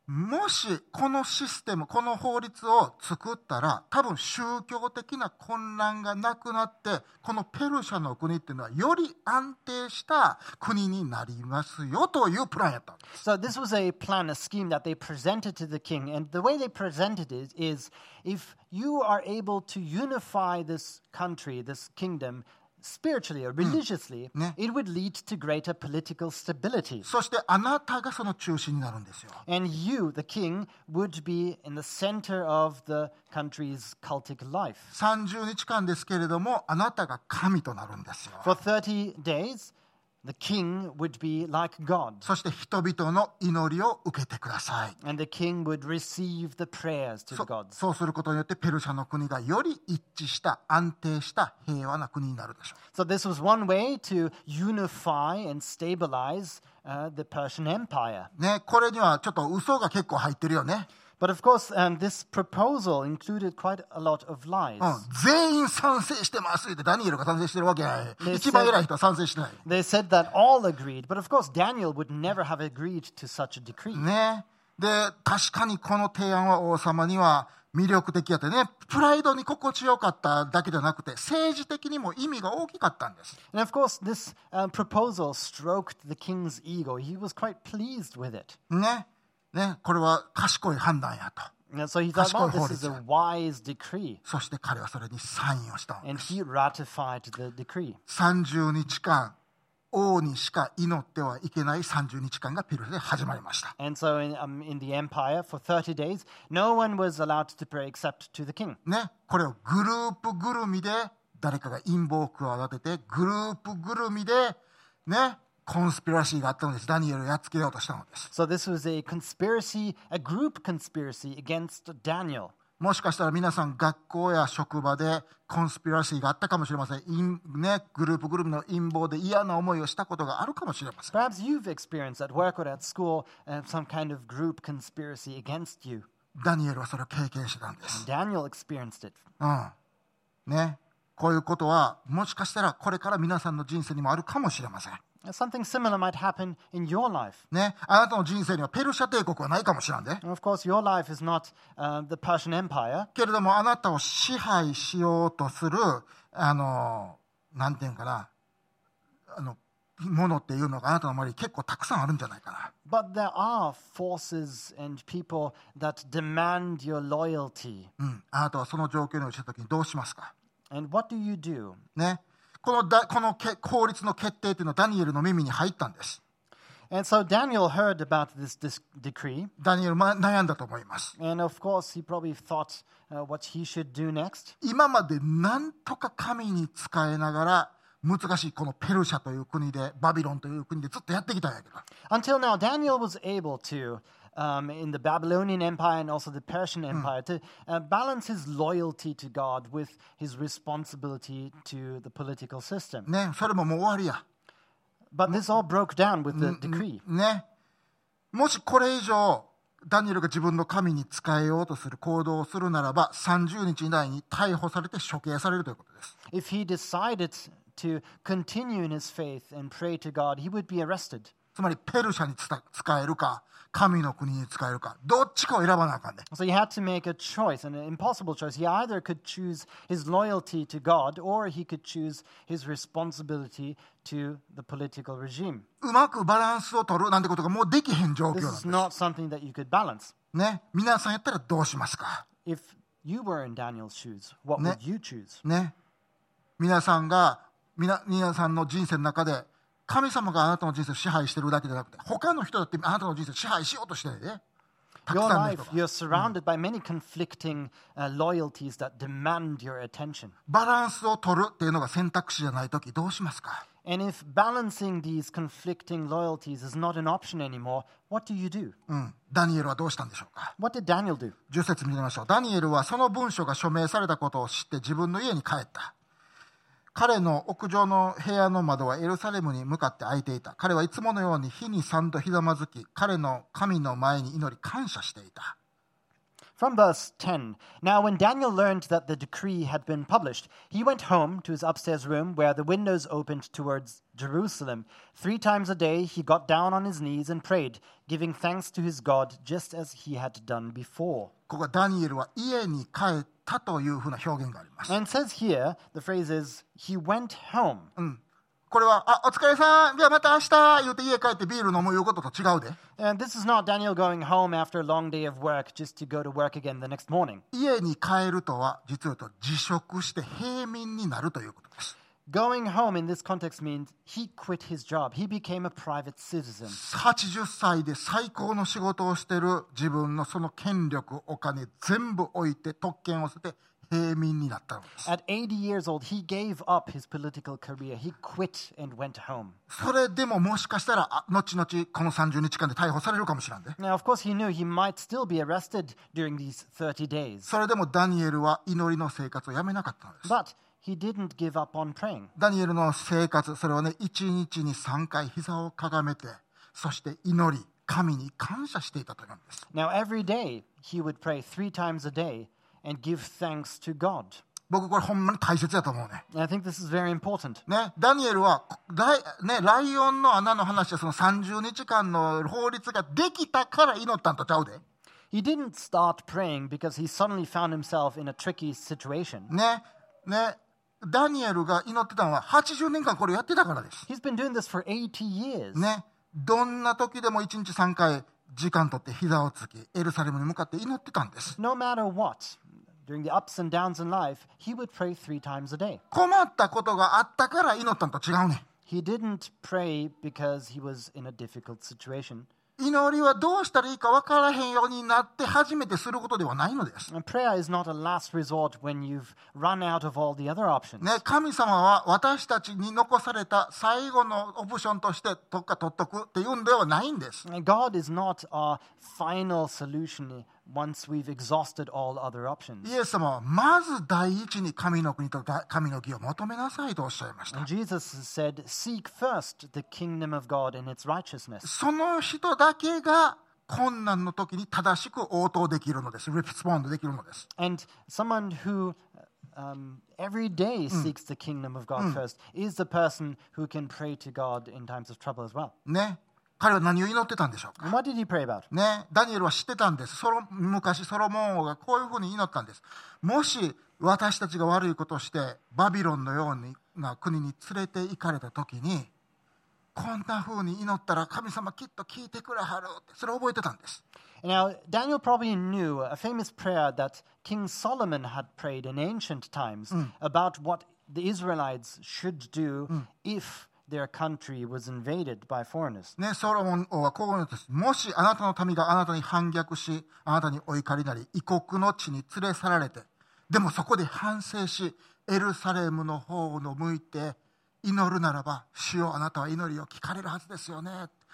A: もしこのシステムこの法律を作ったら多分宗教的な混乱がなくなってこのペルシャの国っていうのはより安定した国になりますよというプランやったんです
B: So this was a plan, a scheme that they presented to the king, and the way they presented it is if you are able to unify this country, this kingdom, spiritually or religiously,
A: Yeah.
B: it would lead to greater political stability.
A: そしてあなたがその中心になるんですよ
B: And you, the king, would be in the center of the country's cultic life.
A: 30日間ですけれどもあなたが神となるんですよ
B: For 30 days, the king would be like God,
A: そして人々の祈りを受けてください
B: and the king would receive the prayers to
A: そ
B: the gods.
A: そうすることによってペルシャの国がより一致した安定した平和な国になるでしょ
B: So this was one way to unify and stabilize uh, the Persian Empire.
A: う、ね、これにはちょっと嘘が結構入ってるよね、
B: But of course, um, this proposal included quite a lot of lies.
A: うん、全員賛成してますってダニエルが賛成してるわけない
B: ね
A: 一番偉い人は賛成してない
B: They said that all agreed, but of course, Daniel would never have agreed to such a decree.
A: ねで確かにこの提案は王様には魅力的やってねプライドに心地よかっただけじゃなくて政治的にも意味が大きかったんです
B: And of course, this uh, proposal stroked the king's ego. He was quite pleased with it.
A: ねねこれは賢い判断やと
B: And so he thought, well,
A: Kasper
B: this is a
A: Horizon.
B: wise decree.
A: そして彼はそれにサインをしたんです
B: And he ratified the decree.
A: 30日間王にしか祈ってはいけない30日間がペルシャで始まりました
B: And so in, um, in the empire, for 30 days, no one was allowed to pray except to the king.
A: ねこれをグループぐるみで誰かが陰謀を企ててグループぐるみでねコンスピラシーがあったのですダニエルをやっつけようとしたのです
B: So this was a conspiracy, a group conspiracy against Daniel.
A: もしかしたら皆さん学校や職場でコンスピラシーがあったかもしれません陰ね、グループぐるみの陰謀で嫌な思いをしたことがあるかもしれません
B: Perhaps you've experienced at work or at school uh, some kind of group conspiracy against you.
A: ダニエルはそれを経験してたんです
B: Daniel experienced it.
A: うん。ね。こういうことは、もしかしたらこれから皆さんの人生にもあるかもしれません。
B: Uh, Something similar might happen in your life.
A: ね。あなたの人生にはペルシャ帝国はないかもしれんで。
B: And of course, your life is not uh, the Persian Empire,
A: けれども、あなたを支配しようとする、あの、なんていうんかな、あの、ものっていうのがあなたの周りに結構たくさんあるんじゃないかな。
B: but there are forces and people that demand your loyalty.
A: うん。あなたはその状況に落ちた時にどうしますか
B: And what do you do?
A: ね。このだ、このけ法律の決定っていうのはダニエルの耳に入ったんです。
B: And so Daniel heard about this dis- decree,
A: ダニエル、ま、悩んだと思います。
B: and of course, he probably thought uh, what he should do next.
A: 今までなんとか神に仕えながら難しいこのペルシャという国でバビロンという国でずっとやってきたんやけど
B: Until now, Daniel was able to, um, in the Babylonian Empire and also the Persian Empire, to uh, balance his loyalty to God with his responsibility to the political system.
A: ねそれももう終わりや
B: But this all broke down with the decree.
A: ねもしこれ以上ダニエルが自分の神に仕えようとする行動をするならば30日以内に逮捕されて処刑されるということです
B: If he decided to continue in his faith and pray to God, he would be arrested.
A: つまりペルシャにつた使えるか神の国に使えるかどっちかを選ばなあかんね
B: So he had to make a choice, an impossible choice. He either could choose his loyalty to God or he could choose his responsibility to the political regime.
A: うまくバランスを取るなんてことがもうできへん状況
B: This
A: なん
B: is not something that you could balance.
A: ね皆さんやったらどうしますか
B: If you were in Daniel's shoes, what
A: Ne-
B: would you choose?
A: ね、皆さんが皆皆さんの人生の中で神様があなたの人生を支配してるだけじゃなくて他の人だってあなたの人生を支配しようとしてるでたく
B: Your
A: さんの
B: life,
A: 人が
B: you're surrounded by many conflicting uh, loyalties that demand your attention.
A: バランスを取るっていうのが選択肢じゃない時どうしますか
B: And if balancing these conflicting loyalties is not an option anymore, what do you do?
A: うん、ダニエルはどうしたんでしょうか
B: What did Daniel do?
A: 10節見てみましょうダニエルはその文書が署名されたことを知って自分の家に帰った彼の屋上の部屋の窓はエルサレムに向かって開いていた彼はいつものように日に三度ひざまずき彼の神の前に祈り感謝していた
B: From verse 10 Now, when Daniel learned that the decree had been published, he went home to his upstairs room where the windows opened towards Jerusalem. Three times a day he got down on his knees and prayed, giving thanks to his God just as he had done before.
A: ここはダニエルは家に帰ったというふうな表現があります、
B: And it says here, the phrase is, he went home.
A: うん、これはあお疲れさんではまた明日言うて家帰ってビール飲むいうことと違うで
B: And this is not Daniel going home after a long day of work just to go to work again the next morning.
A: 家に帰るとは実を言うと辞職して平民になるということです
B: Going home in this context means he quit his job. He became a private citizen.
A: 80歳で最高の仕事をしてる自分のその権力お金全部置いて特権を捨てて平民になったのです
B: At 80 years old, he gave up his political career. He quit and went home.
A: それでももしかしたらあ後々この30日間で逮捕されるかもしれんで
B: Now, of course, he knew he might still be arrested during these 30 days,
A: それでもダニエルは祈りの生活をやめなかったのです
B: but he didn't give up on praying.
A: ダニエルの生活それはね1日に3回膝をかがめてそして祈り神に感謝していたというんです
B: Now, every day, he would pray three times a day and give thanks to God.
A: 僕これほんまに大切だと思うね
B: And I think this is very important.
A: ね、ダニエルはライ,、ね、ライオンの穴の話でその30日間の法律ができたから祈ったんとちゃうで、
B: He didn't start praying because he suddenly found himself in a tricky situation.
A: ねね、ダニエルが祈ってたのは80年間これやってたからです、
B: He's been doing this for 80 years.
A: ね、どんな時でも1日3回時間取って膝をつきエルサレムに向かって祈ってたんです
B: No matter what, during the ups and downs in life, he would pray three times a day.
A: 困ったことがあったから祈ったんと違うね
B: He didn't pray because he was in a difficult situation.
A: 祈りはどうしたらいいか分からへんようになって初めてすることではないのです、
B: And prayer is not a last resort when you've run out of all the other options.
A: ね、神様は私たちに残された最後のオプションとしてどっか取っとくっていうんではないんです。
B: And God is not our final solution once we've exhausted all other options.
A: イエス様はまず第一に神の国と神の義を求めなさいとおっしゃいました
B: And。Jesus said, Seek first the kingdom of God and its righteousness.
A: その人だけが困難の時に正しく応答できるのです。リスポンドできるのです。
B: And someone who um, every day seeks the kingdom of God first is the person who can pray to God in times of trouble as well.
A: ね。彼は何を祈ってたんでしょうか
B: And what did he pray about?
A: ね、ダニエルは知ってたんです。ソロ昔、ソロモン王がこういうふうに祈ったんです。もし私たちが悪いことをして、バビロンのような国に連れて行かれたときに、こんなふうに祈ったら神様きっと聞いてくれはるって、それを覚えてたんです。
B: Now, Daniel probably knew a famous prayer that King Solomon had prayed in ancient times about what the Israelites should do if their country was invaded by foreigners.
A: ね、ソロモン王はこう言うんです。もしあなたの民があなたに反逆し、あなたにお怒りなり、異国の地に連れ去られて、でもそこで反省し、エルサレムの方を向いて祈るならば、主よあなたは祈りを聞かれるはずですよね。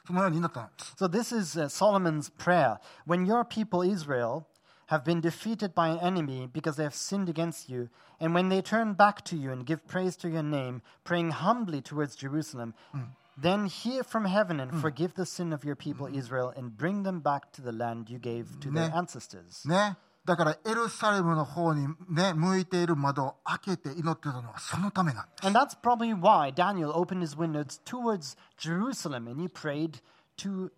A: そのように祈ったのです。
B: So, this is uh, Solomon's prayer. When your people Israel have been defeated by an enemy because they have sinned against you, and when they turn back to you and give praise to your name, praying humbly towards Jerusalem, then hear from heaven and forgive the sin of your people Israel and bring them back to the land you gave to their ancestors.
A: ね。だからエルサレムの方にね、向いている窓を開けて祈ってたのはそのためなんです。
B: And that's probably why Daniel opened his windows towards Jerusalem and he prayed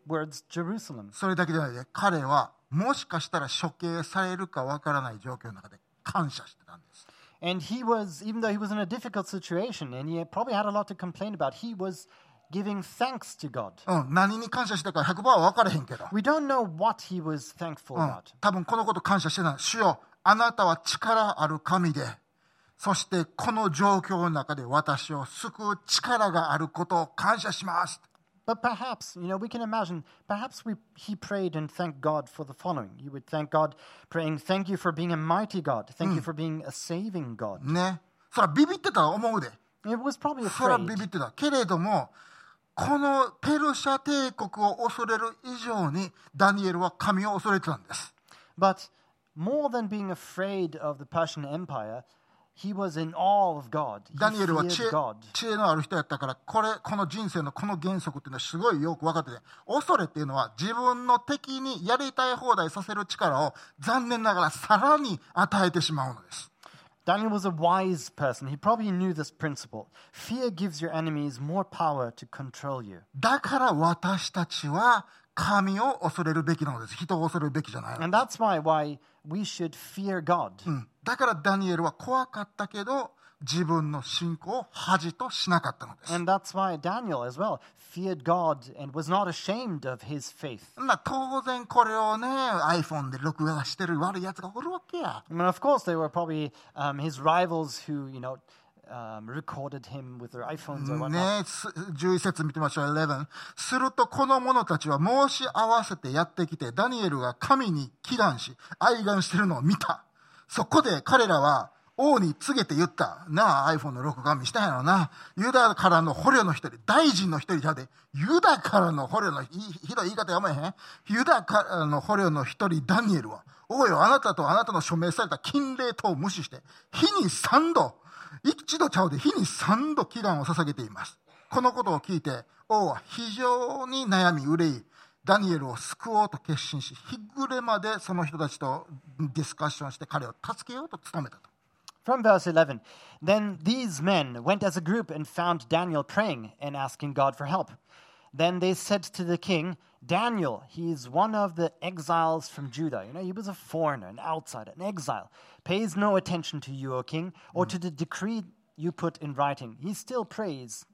B: towards Jerusalem.
A: それだけじゃないで、彼はもしかしたら処刑されるかわからない状況の中で感謝してたんです。
B: And he was, even though he was in a difficult situation and he probably had a lot to complain about, he was giving thanks to God.
A: うん、何に感謝したか100%は分からへんけど、
B: We don't know what he was thankful
A: うん
B: about.
A: 多分このこと感謝してない。主よ、あなたは力ある神で、そしてこの状況の中で私を救う力があることを感謝します。
B: But perhaps, you know, we can imagine, perhaps we, he prayed and thanked God for the following. He would thank God, praying, Thank you for being a mighty God. Thank you for being a saving God.
A: ね。そらビビってたら思うで。
B: It was probably
A: それは
B: afraid.
A: ビビってた。けれども、このペルシャ帝国を恐れる以上に、ダニエルは神を恐れてたんです。
B: But more than being afraid of the Persian Empire, he was in awe of God. He
A: ダニエルは知恵
B: feared God.
A: 知恵のある人やったから、これ、この人生のこの原則っていうのはすごいよく分かってて、恐れっていうのは自分の敵にやりたい放題させる力を残念ながらさらに与えてしまうのです。
B: Daniel was a wise person. He probably knew this principle. Fear gives your enemies more power to control you.
A: だから私たちは神を恐れるべきなのです。人を恐れるべきじゃないの。
B: And that's why why we should fear God.
A: うんだからダニエルは怖かったけど、自分の信仰を恥としなかったのです。
B: And that's why Daniel as well feared God and was not ashamed of his faith.
A: まあ当然これをね iPhone で録画してる悪いやつがおるわけや
B: I mean, of course, there were probably um, his rivals who, you know, um, recorded him with their iPhones or
A: ね
B: whatnot.
A: す11節見てみましょう11するとこの者たちは申し合わせてやってきてダニエルが神に祈願し哀願してるのを見たそこで彼らは王に告げて言ったなあ iPhone の録画見したんやろなユダからの捕虜の一人大臣の一人じゃでユダからの捕虜のひひどい言い方やめへんユダからの捕虜の一人ダニエルは王よあなたとあなたの署名された禁令等を無視して日に3度一度茶をで日に三度祈願を捧げています。このことを聞いて王は非常に悩み憂い、ダニエルを救おうと決心し、日暮れまでその人たちとディスカッションして彼を助けようと努めたと。
B: From verse 11 Then these men went as a group and found Daniel praying and asking God for help. Then they said to the king, Daniel, he is one of the exiles from Judah. You know, he was a foreigner, an outsider, an exile. Pays no attention to you, O king, or to the decree you put in writing. He still prays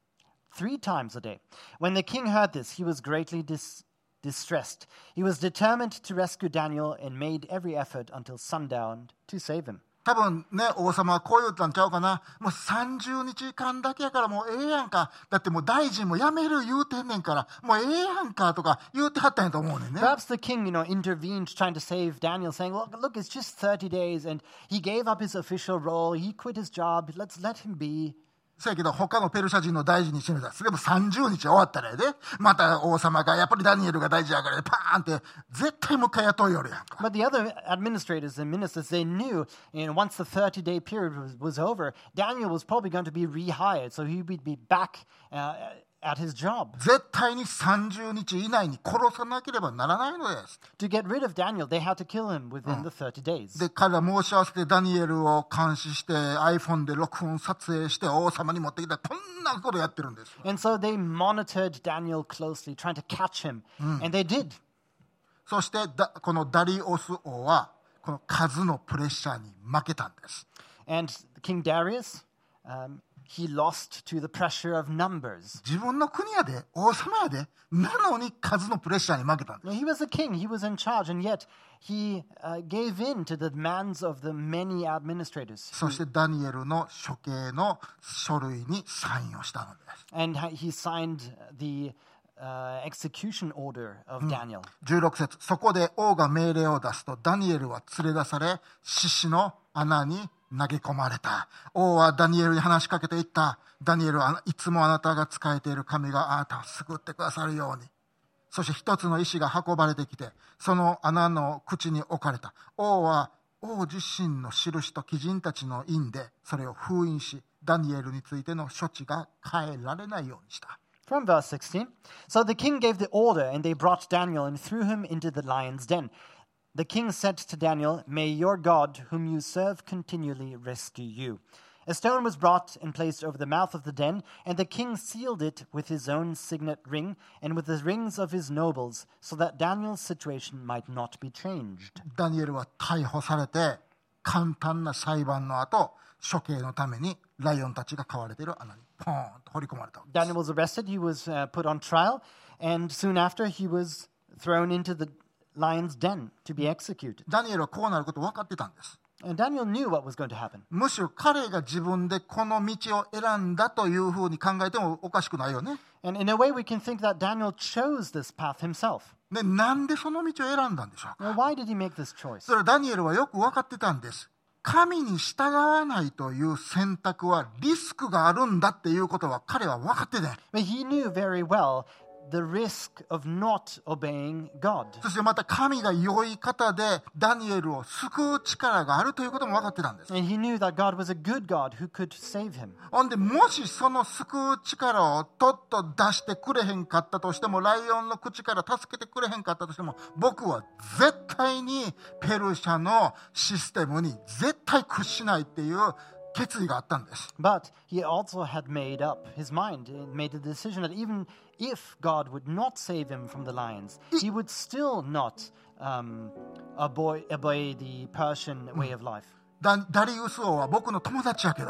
B: three times a day. When the king heard this, he was greatly dis- distressed. He was determined to rescue Daniel and made every effort until sundown to save him.
A: 多分ね、王様はこう言ったんちゃうかな。もう30日間だけやからもうええやんか。だってもう大臣も辞める言うてんねんから、もうええやんかとか言うてはったんやと思うねんね。
B: Perhaps the king, you know, intervened trying to save Daniel, saying, "Well, look, it's just 30 days, and he gave up his official role. He quit his job. Let's let him be."
A: せやけど、他のペルシャ人の大臣にしてみたら、それも30日終わったらやで、また王様が、やっぱりダニエルが大事やから、パーンって、絶対もう一回雇いよるやんか。
B: But the other administrators and ministers, they knew, you know, once the 30-day period was, was over, Daniel was probably going to be rehired, so he would be back uh, at his job.
A: 絶対に30日以内に殺さなければならないのです。
B: To get rid of Daniel, they had to kill him within the 30 days.
A: で、彼ら申し合わせてダニエルを監視して、iPhone で録音撮影して、王様に持ってきた、こんなことやってるんです。
B: And so they monitored Daniel closely, trying to catch him, and they did.
A: そして、だこのダリオス王は、この数のプレッシャーに負けたんです。
B: And King Darius, um, he lost to the pressure of numbers.
A: 自分の国やで、王様やで、なのに数のプレッシャーに負けたんです
B: Now, He was a king, he was in charge, and yet he uh, gave in to the demands of the many administrators.
A: そしてダニエルの処刑の書類にサインをしたのです。
B: And ha- he signed the uh, execution order of Daniel.
A: 16節そこで王が命令を出すとダニエルは連れ出され獅子の穴に投げ込まれた王はダニエルに話しかけていったダニエルはいつもあなたが仕えている神があなたを救ってくださるようにそして一つの石が運ばれてきてその穴の口に置かれた王は王自身の印と貴人たちの印でそれを封印しダニエルについての処置が変えられないようにした。
B: From verse 16 So the king gave the order, and they brought Daniel and threw him into the lion's den. The king said to Daniel, May your God, whom you serve continually, rescue you. A stone was brought and placed over the mouth of the den, and the king sealed it with his own signet ring and with the rings of his nobles, so that Daniel's situation might not be changed.
A: ダニエルは逮捕されて簡単な裁判の後処刑のためにライオンたちが飼われている穴にポーンと掘り込まれた
B: Daniel was arrested, he was uh, put on trial, and soon after he was thrown into the lion's den to be executed.
A: ダニエルはこうなること分かってたんです
B: And Daniel knew what was going to happen.
A: むしろ彼が自分でこの道を選んだというふうに考えてもおかしくないよね
B: And in a way, we can think that Daniel chose this path himself.
A: でなんでその道を選んだんでしょうか
B: Now, why did he make this choice?
A: それはダニエルはよく分かってたんです神に従わないという選択はリスクがあるんだっていうことは彼は分かってて、
B: But he knew very well the risk of not obeying God.
A: そしてまた神が良い方でダニエルを救う力があるということも分かってたんです。
B: And he knew that God was a good God who could save him.
A: ほんで、もしその救う力をとっと出してくれへんかったとしても、ライオンの口から助けてくれへんかったとしても、僕は絶対にペルシャのシステムに絶対屈しないっていう決意があったんです。
B: But he also had made up his mind and made the decision that even if God would not save him from the lions, he would still not um, obey, obey the Persian way of life.
A: ダダリウス王は僕の友達やけど、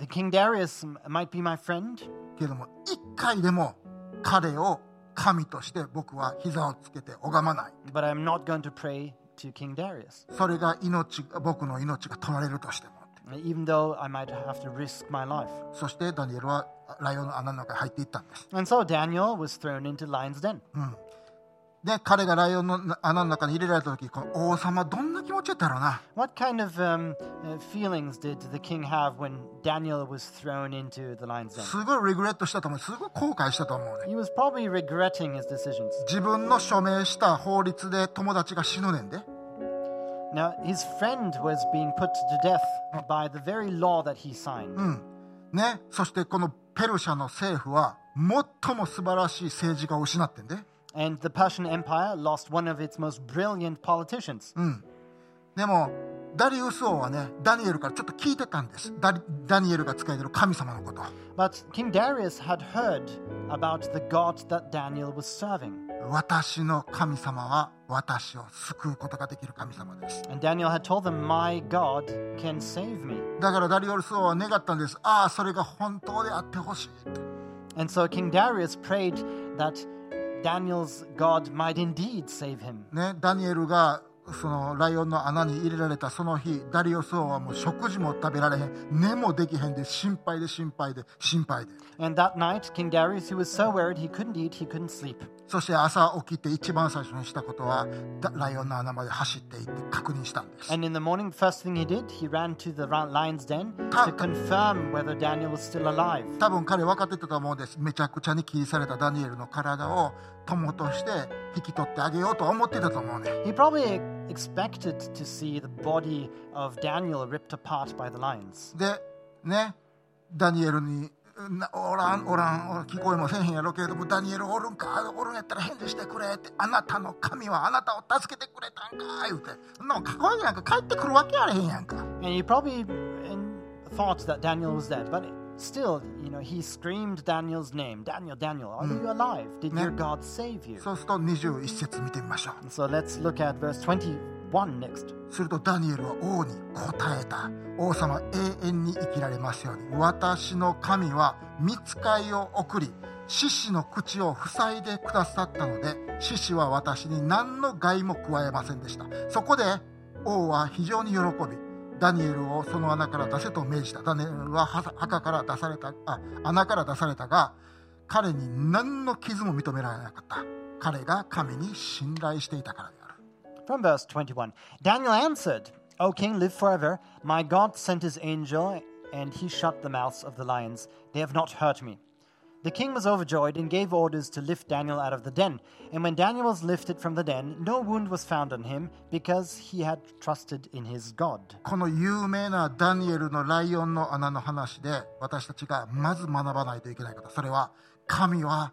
B: The King Darius m- might be my friend,
A: けども、一回でも彼を神として僕は膝をつけて拝まない。
B: but I'm not going to pray to King Darius,
A: それが命、僕の命が取られるとしても。
B: even though I might have to risk my life.
A: そしてダニエルはライオンの穴の中に入っていったんです。
B: And so Daniel was thrown into lion's den.
A: で彼がライオンの穴の中に入れられた時この王様どんな気持ちやったろうな
B: What kind of um, uh, feelings did the king have when Daniel was thrown into the lion's den?
A: すごいリグレットしたと思うすごい後悔したと思うね
B: He was probably regretting his decisions.
A: 自分の署名した法律で友達が死ぬねんで
B: Now, his friend was being put to death by the very law that he signed.
A: ねそしてこのペルシャの政府は最も素晴らしい政治家を失ってんで、
B: And the Persian Empire lost one of its most brilliant politicians.
A: でもダリウス王はねダニエルからちょっと聞いてたんですダリダニエルが使えてる神様のこと
B: But King Darius had heard about the God that Daniel was serving.
A: 私の神様は私を救うことができる神様です
B: And Daniel had told them, My God can save me.
A: だからダリオルス王は願ったんです。ああ、それが本当であってほしい。
B: And so King Darius prayed that Daniel's God might indeed save him.
A: ね、ダニエルがそのライオンの穴に入れられたその日、ダリオス王はもう食事も食べられへん、寝もできへんで、心配で心配で心配で。
B: And that night, King Darius, who was so worried he couldn't eat, he couldn't sleep.
A: そして朝起きて一番最初にしたことは、だライオンの穴まで走って行って確認したんです。
B: And in the morning, first thing he did, he ran to the ra- lion's den to
A: Come.
B: confirm whether Daniel was still alive.
A: 多分彼分かってたと思うんです。めちゃくちゃに切りされたダニエルの体を友として引き取ってあげようと思ってたと思うね。
B: He probably expected to see the body of Daniel ripped apart by the lions.
A: でねダニエルになおらんおらんおらん聞こえもせえへんやろけれどもダニエルおるんかおるんやったら返事してくれってあなたの神はあなたを助けてくれたんか言うてそんなもん聞こえなんか帰ってくるわけあれへんやんか
B: And he probably um, thought that Daniel was dead, but still, you know, he screamed Daniel's name Daniel, Daniel, are you alive? Did your God save you?
A: そうすると21節見てみましょ
B: And so let's look at verse 21 next.
A: うするとダニエルは王に答えた王様永遠に生きられますように私の神は見つかいを送り獅子の口を塞いでくださったので獅子は私に何の害も加えませんでしたそこで王は非常に喜びダニエルをその穴から出せと命じたダニエルはは墓から出されたあ穴から出されたが彼に何の傷も認められなかった彼が神に信頼していたからである
B: From verse 21 Daniel answered, O king, live forever. My God sent his angel, and he shut the mouths of the lions. They have not hurt me. The king was overjoyed and gave orders to lift Daniel out of the den. And when Daniel was lifted from the den, no wound was found on him, because he had trusted in his God.
A: この有名なダニエルのライオンの穴の話で私たちがまず学ばないといけないことそれは神は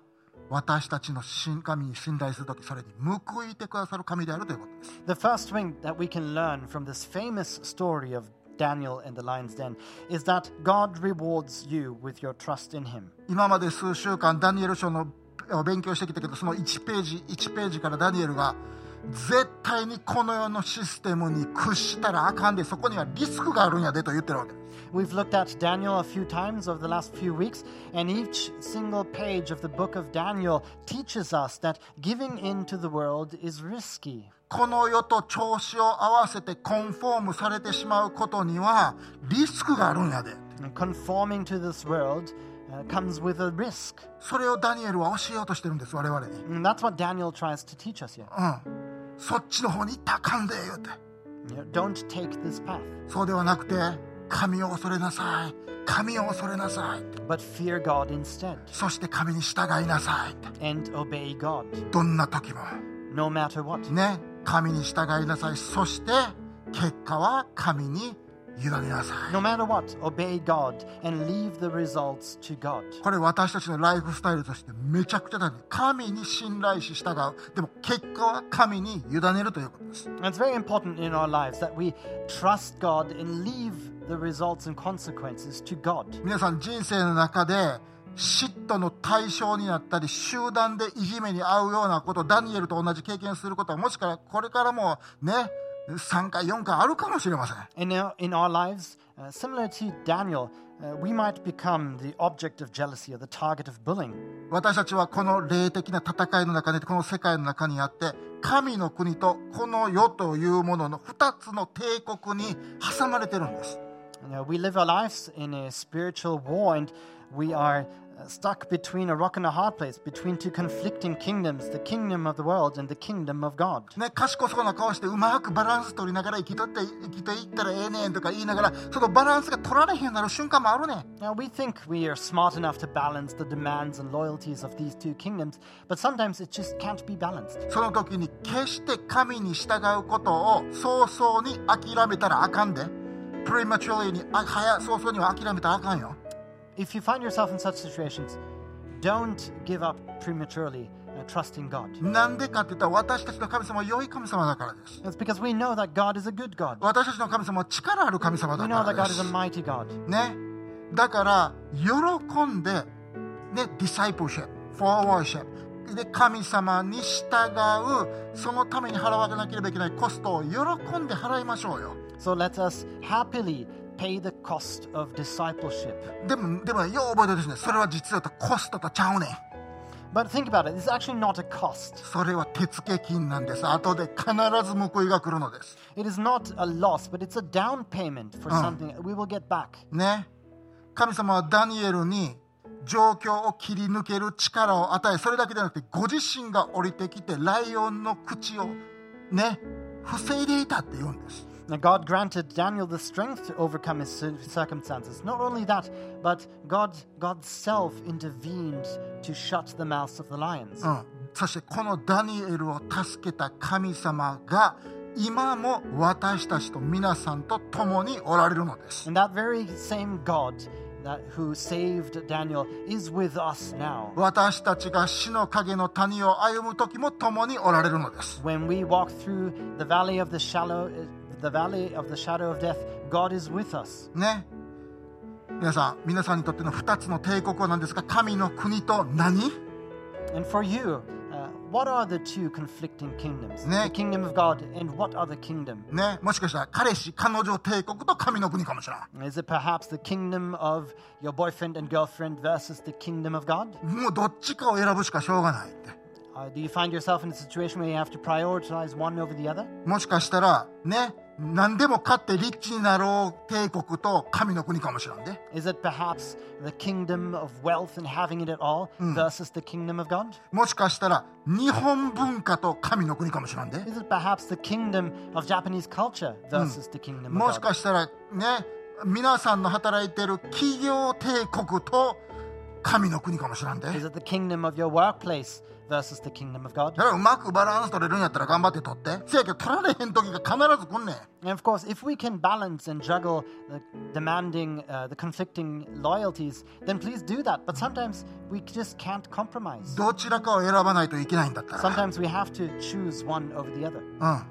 A: 私たちの神神に信頼するときそれに報いてくださる神であるということです
B: The first thing that we can learn from this famous story of Daniel and the lion's den is that God rewards you with your trust in him.
A: 今まで数週間ダニエル書のを勉強してきたけどその1ページ1ページからダニエルが絶対にこの世のシステムに屈したらあかんでそこにはリスクがあるんやでと言ってるわけです
B: We've looked at Daniel a few times over the last few weeks, and each single page of the book of Daniel teaches us that giving in to the world is risky.
A: この世と調子を合わせてコンフォームされてしまうことにはリスクがあるんやで
B: And conforming to this world uh, comes with a risk.
A: それをダニエルは教えようとしてるんです我々に、うん、
B: And that's what Daniel tries to teach us here.
A: そっちの方に行ったらあかんで言うて
B: And You know, don't take this path,
A: そうではなくて神を恐れなさい神を恐れなさい
B: but fear God instead
A: そして神に従いなさい
B: and obey God,
A: どんな時も
B: no matter what.
A: ね神に従いなさいそして結果は神に委ねなさい
B: No matter what, obey God and leave the results to God.
A: これ私たちのライフスタイルとしてめちゃくちゃ大事神に信頼し従うでも結果は神に委ねるということです
B: And it's very important in our lives that we trust God and leave the results and consequences to God.
A: 皆さん人生の中で嫉妬の対象になったり集団でいじめに遭うようなことダニエルと同じ経験することはもしかこれからもね3回4回あるかもしれません
B: In our, in our lives, uh, similar to Daniel, uh, we might become the object of jealousy or the target of bullying.
A: 私たちはこの霊的な戦いの中にこの世界の中にあって神の国とこの世というものの2つの帝国に挟まれてるんです
B: You know, we live our lives in a spiritual war and we are uh, stuck between a rock and a hard place, between two conflicting kingdoms, the kingdom of the world and the kingdom of God.
A: ね、賢そうな顔してうまくバランス取りながら生きとって生きていったらええねんとか言いながらそのバランスが取られへんようになる瞬間もあるねん
B: Now, we think we are smart enough to balance the demands and loyalties of these two kingdoms, but sometimes it just can't be balanced.
A: その時に決して神に従うことを早々に諦めたらあかんでプリマチュアリーにあ早早々には諦めたらあかんよ
B: If you find yourself in such situations, don't give up prematurely uh, trusting God.
A: なんでかって言ったら私たちの神様は良い神様だからです
B: It's because we know that God is a good God.
A: 私たちの神様は力ある神様
B: We
A: だ
B: know
A: か
B: that
A: ら
B: God
A: で
B: is a
A: す、
B: mighty God.
A: ね、だから喜んで、ね、ディサイプルシップフォーワーシップで神様に従うそのために払わなければいけないコストを喜んで払いましょうよ
B: So let us happily pay the cost of discipleship.
A: でもでもよう覚えてですねそれは実はコストとちゃうねん
B: But think about it, it's actually not a cost.
A: それは手付金なんです後で必ず報いが来るのです
B: It is not a loss, but it's a down payment for something that we will get back.
A: ね神様はダニエルに状況を切り抜ける力を与えそれだけでなくてご自身が降りてきてライオンの口をね防いでいたって言うんです
B: Now, God granted Daniel the strength to overcome his cir- circumstances. Not only that, but God, God self intervened to shut the mouths of the lions.
A: うん、そしてこのダニエルを助けた神様が今も私たちと皆さんと共におられるのです
B: And that very same God that, who saved Daniel is with us now.
A: 私たちが死の影の谷を歩む時も共におられるのです
B: When we walk through the valley of the shallow, uh, the valley of the shadow of death, God is with us.
A: ね皆さん皆さんにとっての2つの帝国は何ですか神の国と何
B: And for you, uh, what are the two conflicting kingdoms?
A: Ne-
B: The kingdom of God and what other kingdom?
A: ねもしかしたら彼氏彼女帝国と神の国かもしれない
B: Is it perhaps the kingdom of your boyfriend and girlfriend versus the kingdom of God?
A: もうどっちかを選ぶしかしょうがないって
B: Uh, do you find yourself in a situation where you have to prioritize one over the other?
A: もしかしたらね何でも勝ってリッチになろう帝国と神の国かもしれんで
B: Is it perhaps the kingdom of wealth and having it at all versus the kingdom of God?
A: もしかしたら日本文化と神の国かもしれんで
B: Is it perhaps the kingdom of Japanese culture versus the kingdom of
A: も
B: God?
A: しかしたらね皆さんの働いてる企業帝国と神の国かもしれんで
B: Is it the kingdom of your workplace versus the kingdom of God?
A: だからうまくバランス取れるんやったら頑張って取ってせやけど取られへん時が必ず来んねん
B: And of course, if we can balance and juggle the demanding, uh, the conflicting loyalties, then please do that. But sometimes we just can't compromise.
A: どちらかを選ばないといけないんだったら
B: Sometimes we have to choose one over the other.
A: うん、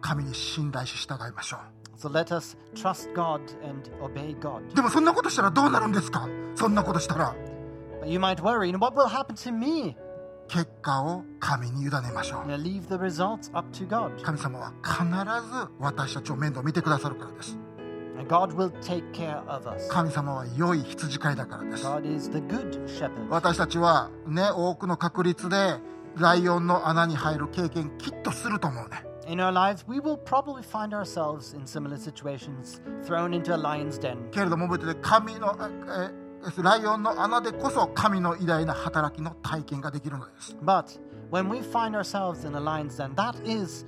A: 神に信頼し従いましょ
B: So let us trust God and obey God.
A: うでもそんなことしたらどうなるんですかそんなことしたら
B: But you might worry, what will happen to me?
A: 結果を神に委ねましょ
B: You know, leave the results up to God.
A: う神様は必ず私たちを面倒見てくださるからです
B: And God will take care of us.
A: 神様は良い羊飼いだからです
B: God is the good shepherd.
A: 私たちはね多くの確率でライオンの穴に入る経験きっとすると思うね
B: In our lives, we will probably find ourselves in similar situations, thrown into a lion's den.
A: けれども覚えてて神のあえーライオンの穴でこそ神の偉大な働きの体験ができるのです
B: But when we find ourselves in a lion's den, that is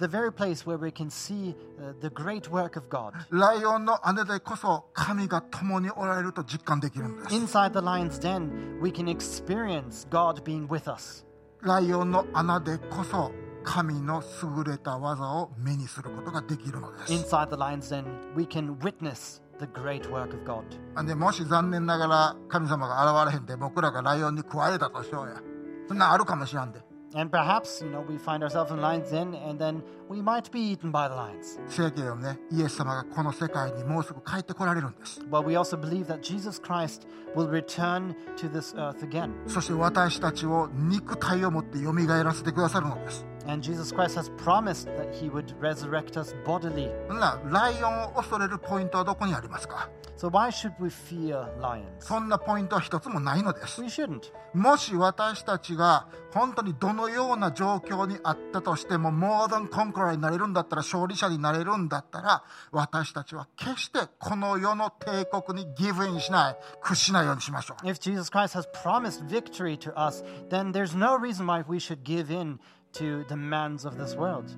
B: the very place where we can see uh, the great work of God.
A: ライオンの姉でこそ神が共におられると実感できるんです
B: Inside the lion's den, we can experience God being with us.
A: ライオンの穴でこそ神の優れた技を目にすることができるのです
B: Inside the lion's den, we can witness the great work of God.
A: でもし残念ながら神様が現れへんで僕らがライオンに食われたとしようやそんなんあるかもしらんで
B: And perhaps, you know, we find ourselves in the lion's den and then we might be eaten by the lions.
A: 聖経をねイエス様がこの世界にもうすぐ帰ってこられるんです
B: But we also believe that Jesus Christ will return to this earth again.
A: そして私たちを肉体を持って蘇らせてくださるのです
B: And Jesus Christ has promised that he would resurrect us bodily.
A: そんなライオンを恐れるポイントはどこにありますか
B: So why should we fear lions?
A: そんなポイントは一つもないのです
B: We shouldn't.
A: もし私たちが本当にどのような状況にあったとしても more than conqueror になれるんだったら勝利者になれるんだったら私たちは決してこの世の帝国にギブインしない屈しないようにしましょう
B: If Jesus Christ has promised victory to us, then there's no reason why we should give in to demands of this world.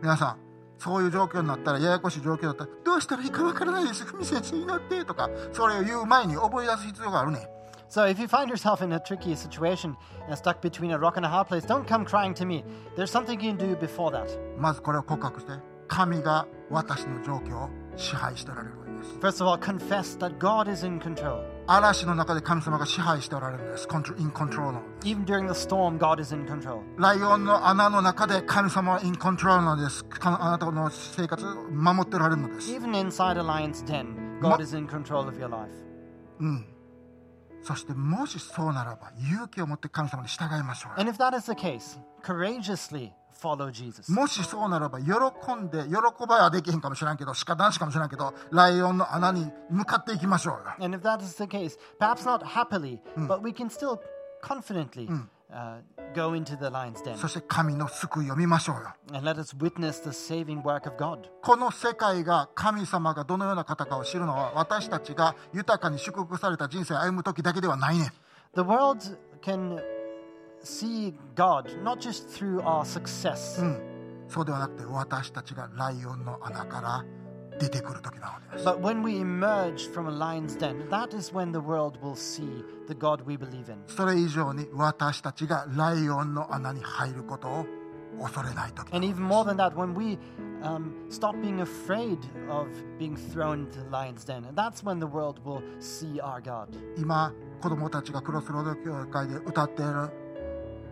A: 皆さんそういう状況になったらややこしい状況だったらどうしたらいいかわからないです文先生になってとかそれを言う前に覚え出す必要があるね
B: So if you find yourself in a tricky situation and stuck between a rock and a hard place, don't come crying to me. There's something you can do before that.
A: まずこれを告白して神が私の状況を支配しておられるんです
B: First of all, confess that God is in control.
A: 嵐の中で神様が支配しておられるんですコントロインコントロール
B: Even during the storm, God is in control.
A: ライオンの穴の中で神様はインコントロールなんですかあなたの生活を守っておられるのです
B: Even inside a lion's den, God
A: Ma-
B: is in control of your life.
A: そしてもしそうならば勇気を持って神様に従いましょ
B: And if that is the case, courageously follow Jesus.
A: うもしそうならば喜んで喜ばはできへんかもしらんけどしか男子かもしらんけどライオンの穴に向かっていきましょうよ
B: And if that is the case, perhaps not happily, but we can still confidently uh, go into the lion's den
A: そして神の救いを見ましょうよ
B: and let us witness the saving work of God.
A: この世界が神様がどのような方かを知るのは私たちが豊かに祝福された人生を歩む時だけではないねん
B: The world can see God not just through our success,
A: そうではなくて私たちがライオンの穴から出てくる時なのです
B: but when we emerge from a lion's den, that is when the world will see the God we believe in.
A: それ以上に私たちがライオンの穴に入ることを恐れない時
B: And even more than that, when we um, stop being afraid of being thrown to the lion's den, that's when the world will see our God.
A: 今子供たちがクロスロード教会で歌っている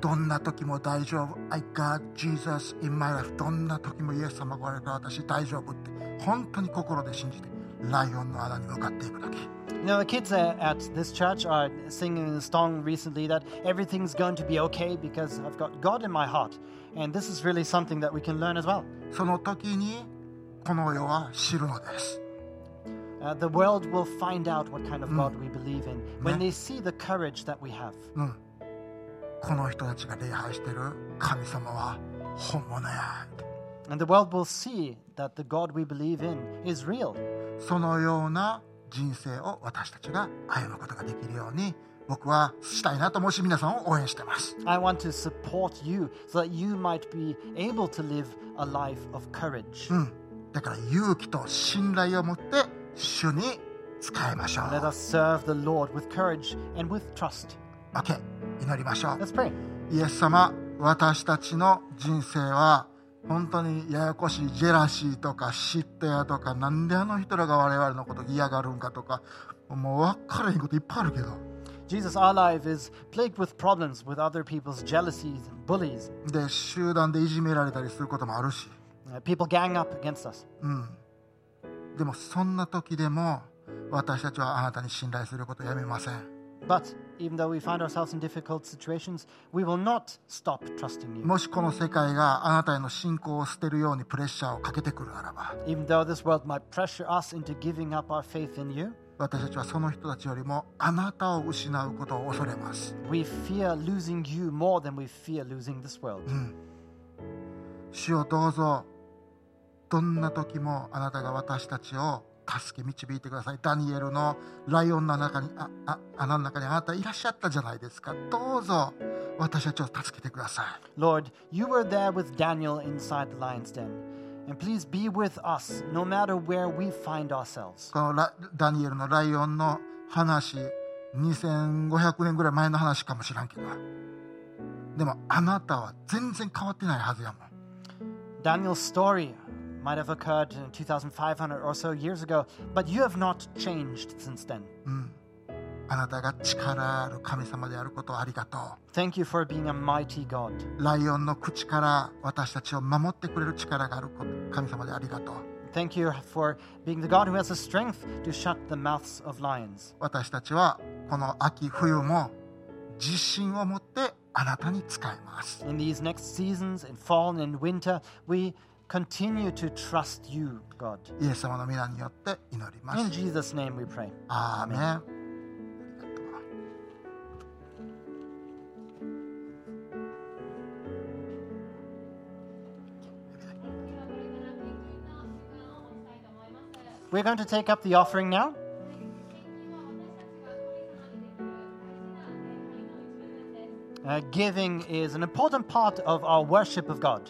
A: どんな時も大丈夫 I got Jesus in my life どんな時もイエス様がおられるから私大丈夫って本当に心で信じてライオンの穴に向かっていく時
B: You know, the kids uh, at this church are singing this song recently that everything's going to be okay because I've got God in my heart. And this is really something that we can learn as well.
A: その時にこの世は知るのです
B: Uh, the world will find out what kind of God we believe in when they see the courage that we have.
A: この人たちが礼拝してる神様は本物や
B: And the world will see that the God we believe in is real.
A: そのような人生を私たちが歩むことができるように僕はしたいなと思うし皆さんを応援してます
B: I want to support you so that you might be able to live a life of courage.
A: だから勇気と信頼を持って主に使いましょう
B: Let us serve the Lord with courage and with trust.
A: OK 祈りましょ
B: Let's pray.
A: うイエス様私たちの人生は本当にややこしいジェラシーとか嫉妬やとかなんであの人らが我々のこと嫌がるんかとかもう分からへんこといっぱいあるけど
B: Jesus, our life is plagued with problems with other people's jealousies and bullies.
A: で集団でいじめられたりすることもあるし
B: Uh, people gang up against us.
A: でもそんな時でも私たちはあなたに信頼することをやめません
B: But even though we find ourselves in difficult situations, we will not stop trusting you.
A: もしこの世界があなたへの信仰を捨てるようにプレッシャーをかけてくるならば
B: Even though this world might pressure us into giving up our faith in you,
A: 私たちはその人たちよりもあなたを失うことを恐れます
B: we fear losing you more than we fear losing this world.
A: 主をどうぞどんな時もあなたが私たちを助け導いてくださいダニエルのライオンの中にああ穴の中にあなたいらっしゃったじゃないですかどうぞ私たちを助けてください
B: Lord, you were there with Daniel inside the lion's den. And please be with us no matter where we find ourselves.
A: このラダニエルのライオンの話2500年ぐらい前の話かもしらんけどでもあなたは全然変わってないはずやもん
B: Daniel's story might have occurred in 2,500 or so years ago, but you have not changed since then.
A: あなたが力ある神様であることをありがと
B: Thank you for being a mighty God.
A: うライオンの口から私たちを守ってくれる力があること神様でありがとう
B: Thank you for being the God who has the strength to shut the mouths of lions.
A: 私たちはこの秋冬も自信を持ってあなたに使います
B: In these next seasons, in fall and in winter, we continue to trust you, God.
A: イエス様の皆によって祈りま
B: In
A: す
B: Jesus' name we pray.
A: アーメンありがとう
C: ではこれから献金の時間をしたいと思います。
B: We're going to take up the offering now.
C: 献金は私たちが神様にで
B: Uh,
C: きる大事な礼拝の一部なんです。
B: giving is an important part of our worship of God.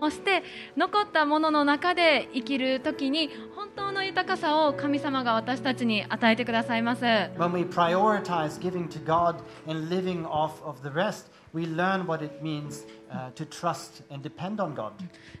C: そして残ったものの中で生きる時に本当の豊かさを神様が私たちに与えてくださいます
B: When we prioritize giving to God and living off of the rest, we learn what it means uh, to trust and depend on God.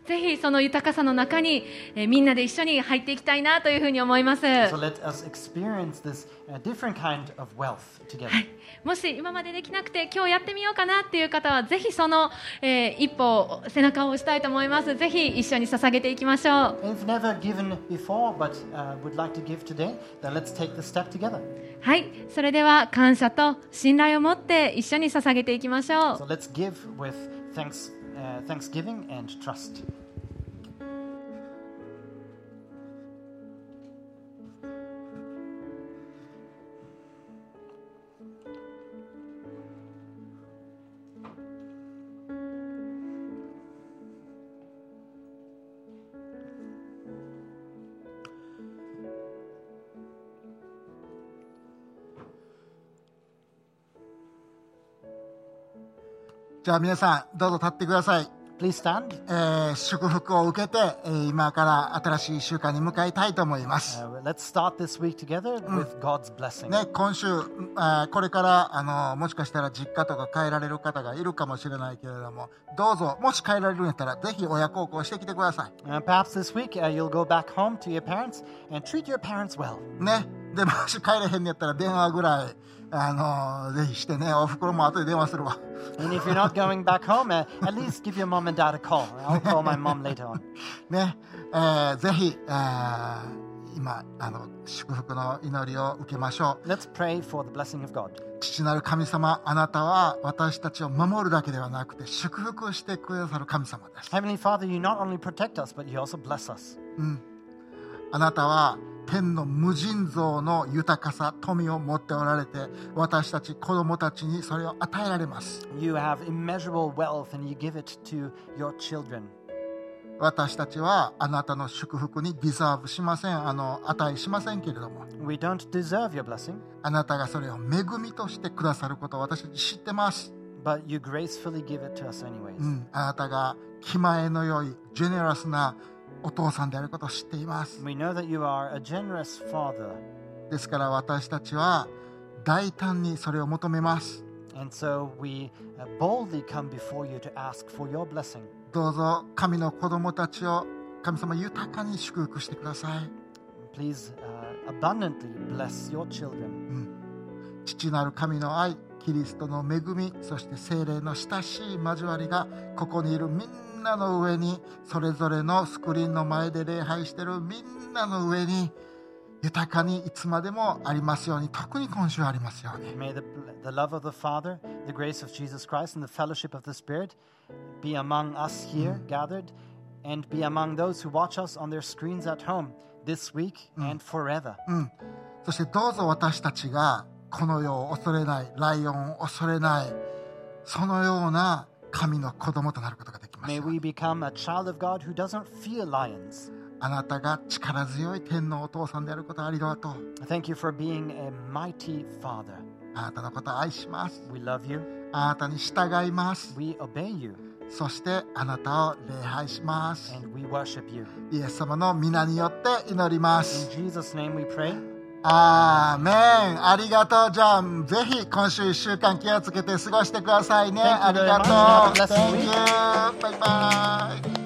C: ぜひその豊かさの中に、えーみんなで一緒に入っていきたいなというふうに思います
B: So let us experience this uh, different kind of wealth together.
C: はいもし今までできなくて今日やってみようかなっていう方はぜひその、えー一歩背中を押したいと思いますぜひ一緒に捧げていきましょう
B: If you've never given before but uh, would like to give today, then let's take the step together.
C: はいそれでは感謝と信頼を持って一緒に捧げていきましょう
B: So let's give with thanks, uh, thanksgiving and trust.
A: じゃあ皆さんどうぞ立ってください、
B: Please stand.
A: えー祝福を受けて、えー今から新しい週間に向かいたいと思います、
B: Uh, let's start this week together with God's blessing.
A: ね、今週、あーこれからあのーもしかしたら実家とか帰られる方がいるかもしれないけれどもどうぞもし帰られるんやったらぜひ親孝行してきてください
B: Uh, perhaps this week uh, you'll go back home to your parents and treat your parents well.
A: ね。で、もし帰れへんのやったら電話ぐらい、あのーぜひしてね。おふくろも後で電話するわ。
B: And if you're not going back home, uh, at least give your mom and dad a call. I'll call my mom later on.
A: ね。えーぜひ、えー今、あの、祝福の祈りを受けましょ
B: Let's pray for the blessing of God.
A: う。父なる神様、あなたは私たちを守るだけではなくて、祝福してくださる神様です。
B: Heavenly Father, you not only protect us, but you also bless us.
A: あなたは天の無尽蔵の豊かさ、富を持っておられて、私たち子供たちにそれを与えられます。
B: You have immeasurable wealth and you give it to your children.
A: 私たちはあなたの祝福にディザーブしませんあの値しませんけれども
B: We don't deserve your blessing,
A: あなたがそれを恵みとしてくださることを私たち知ってます、
B: but you gracefully give it to us anyways.
A: うん、あなたが気前の良いジェネラスなお父さんであることを知っています
B: We know that you are a generous father,
A: ですから私たちは大胆にそれを求めます
B: and so we uh, boldly come before you to ask for your blessing.
A: どうぞ神の子供たちを神様豊かに祝福してください
B: Please uh, abundantly bless your children.
A: 父なる神の愛キリストの恵みそして精霊の親しい交わりがここにいるみんなの上にそれぞれのスクリーンの前で礼拝してるみんなの上に豊かにいつまでもありますように特に今週ありますように
B: May the, the love of the Father, the grace of Jesus Christ, and the fellowship of the Spirit be among us here gathered and be among those who watch us on their screens at home this week and forever.
A: そしてどうぞ私たちがこの世を恐れないライオンを恐れないそのような神の子供となることができます
B: May
A: よう
B: we
A: に
B: become a child of God who doesn't fear lions.
A: あなたが力強い天のお父さんであることをありがとう
B: Thank you for being a mighty Father.
A: あなたのことを愛します
B: We love you.
A: あなたに従います
B: We obey you
A: そしてあなたを礼拝します
B: and we worship you.
A: イエス様の皆によって祈りま
B: In
A: す
B: Jesus' name we pray.
A: アーメンありがとうじゃあぜひ今週1週間気をつけて過ごしてくださいね
B: Thank you very
A: ありが
B: much. Have a
A: とう Thank
B: blessed
A: you バイバイ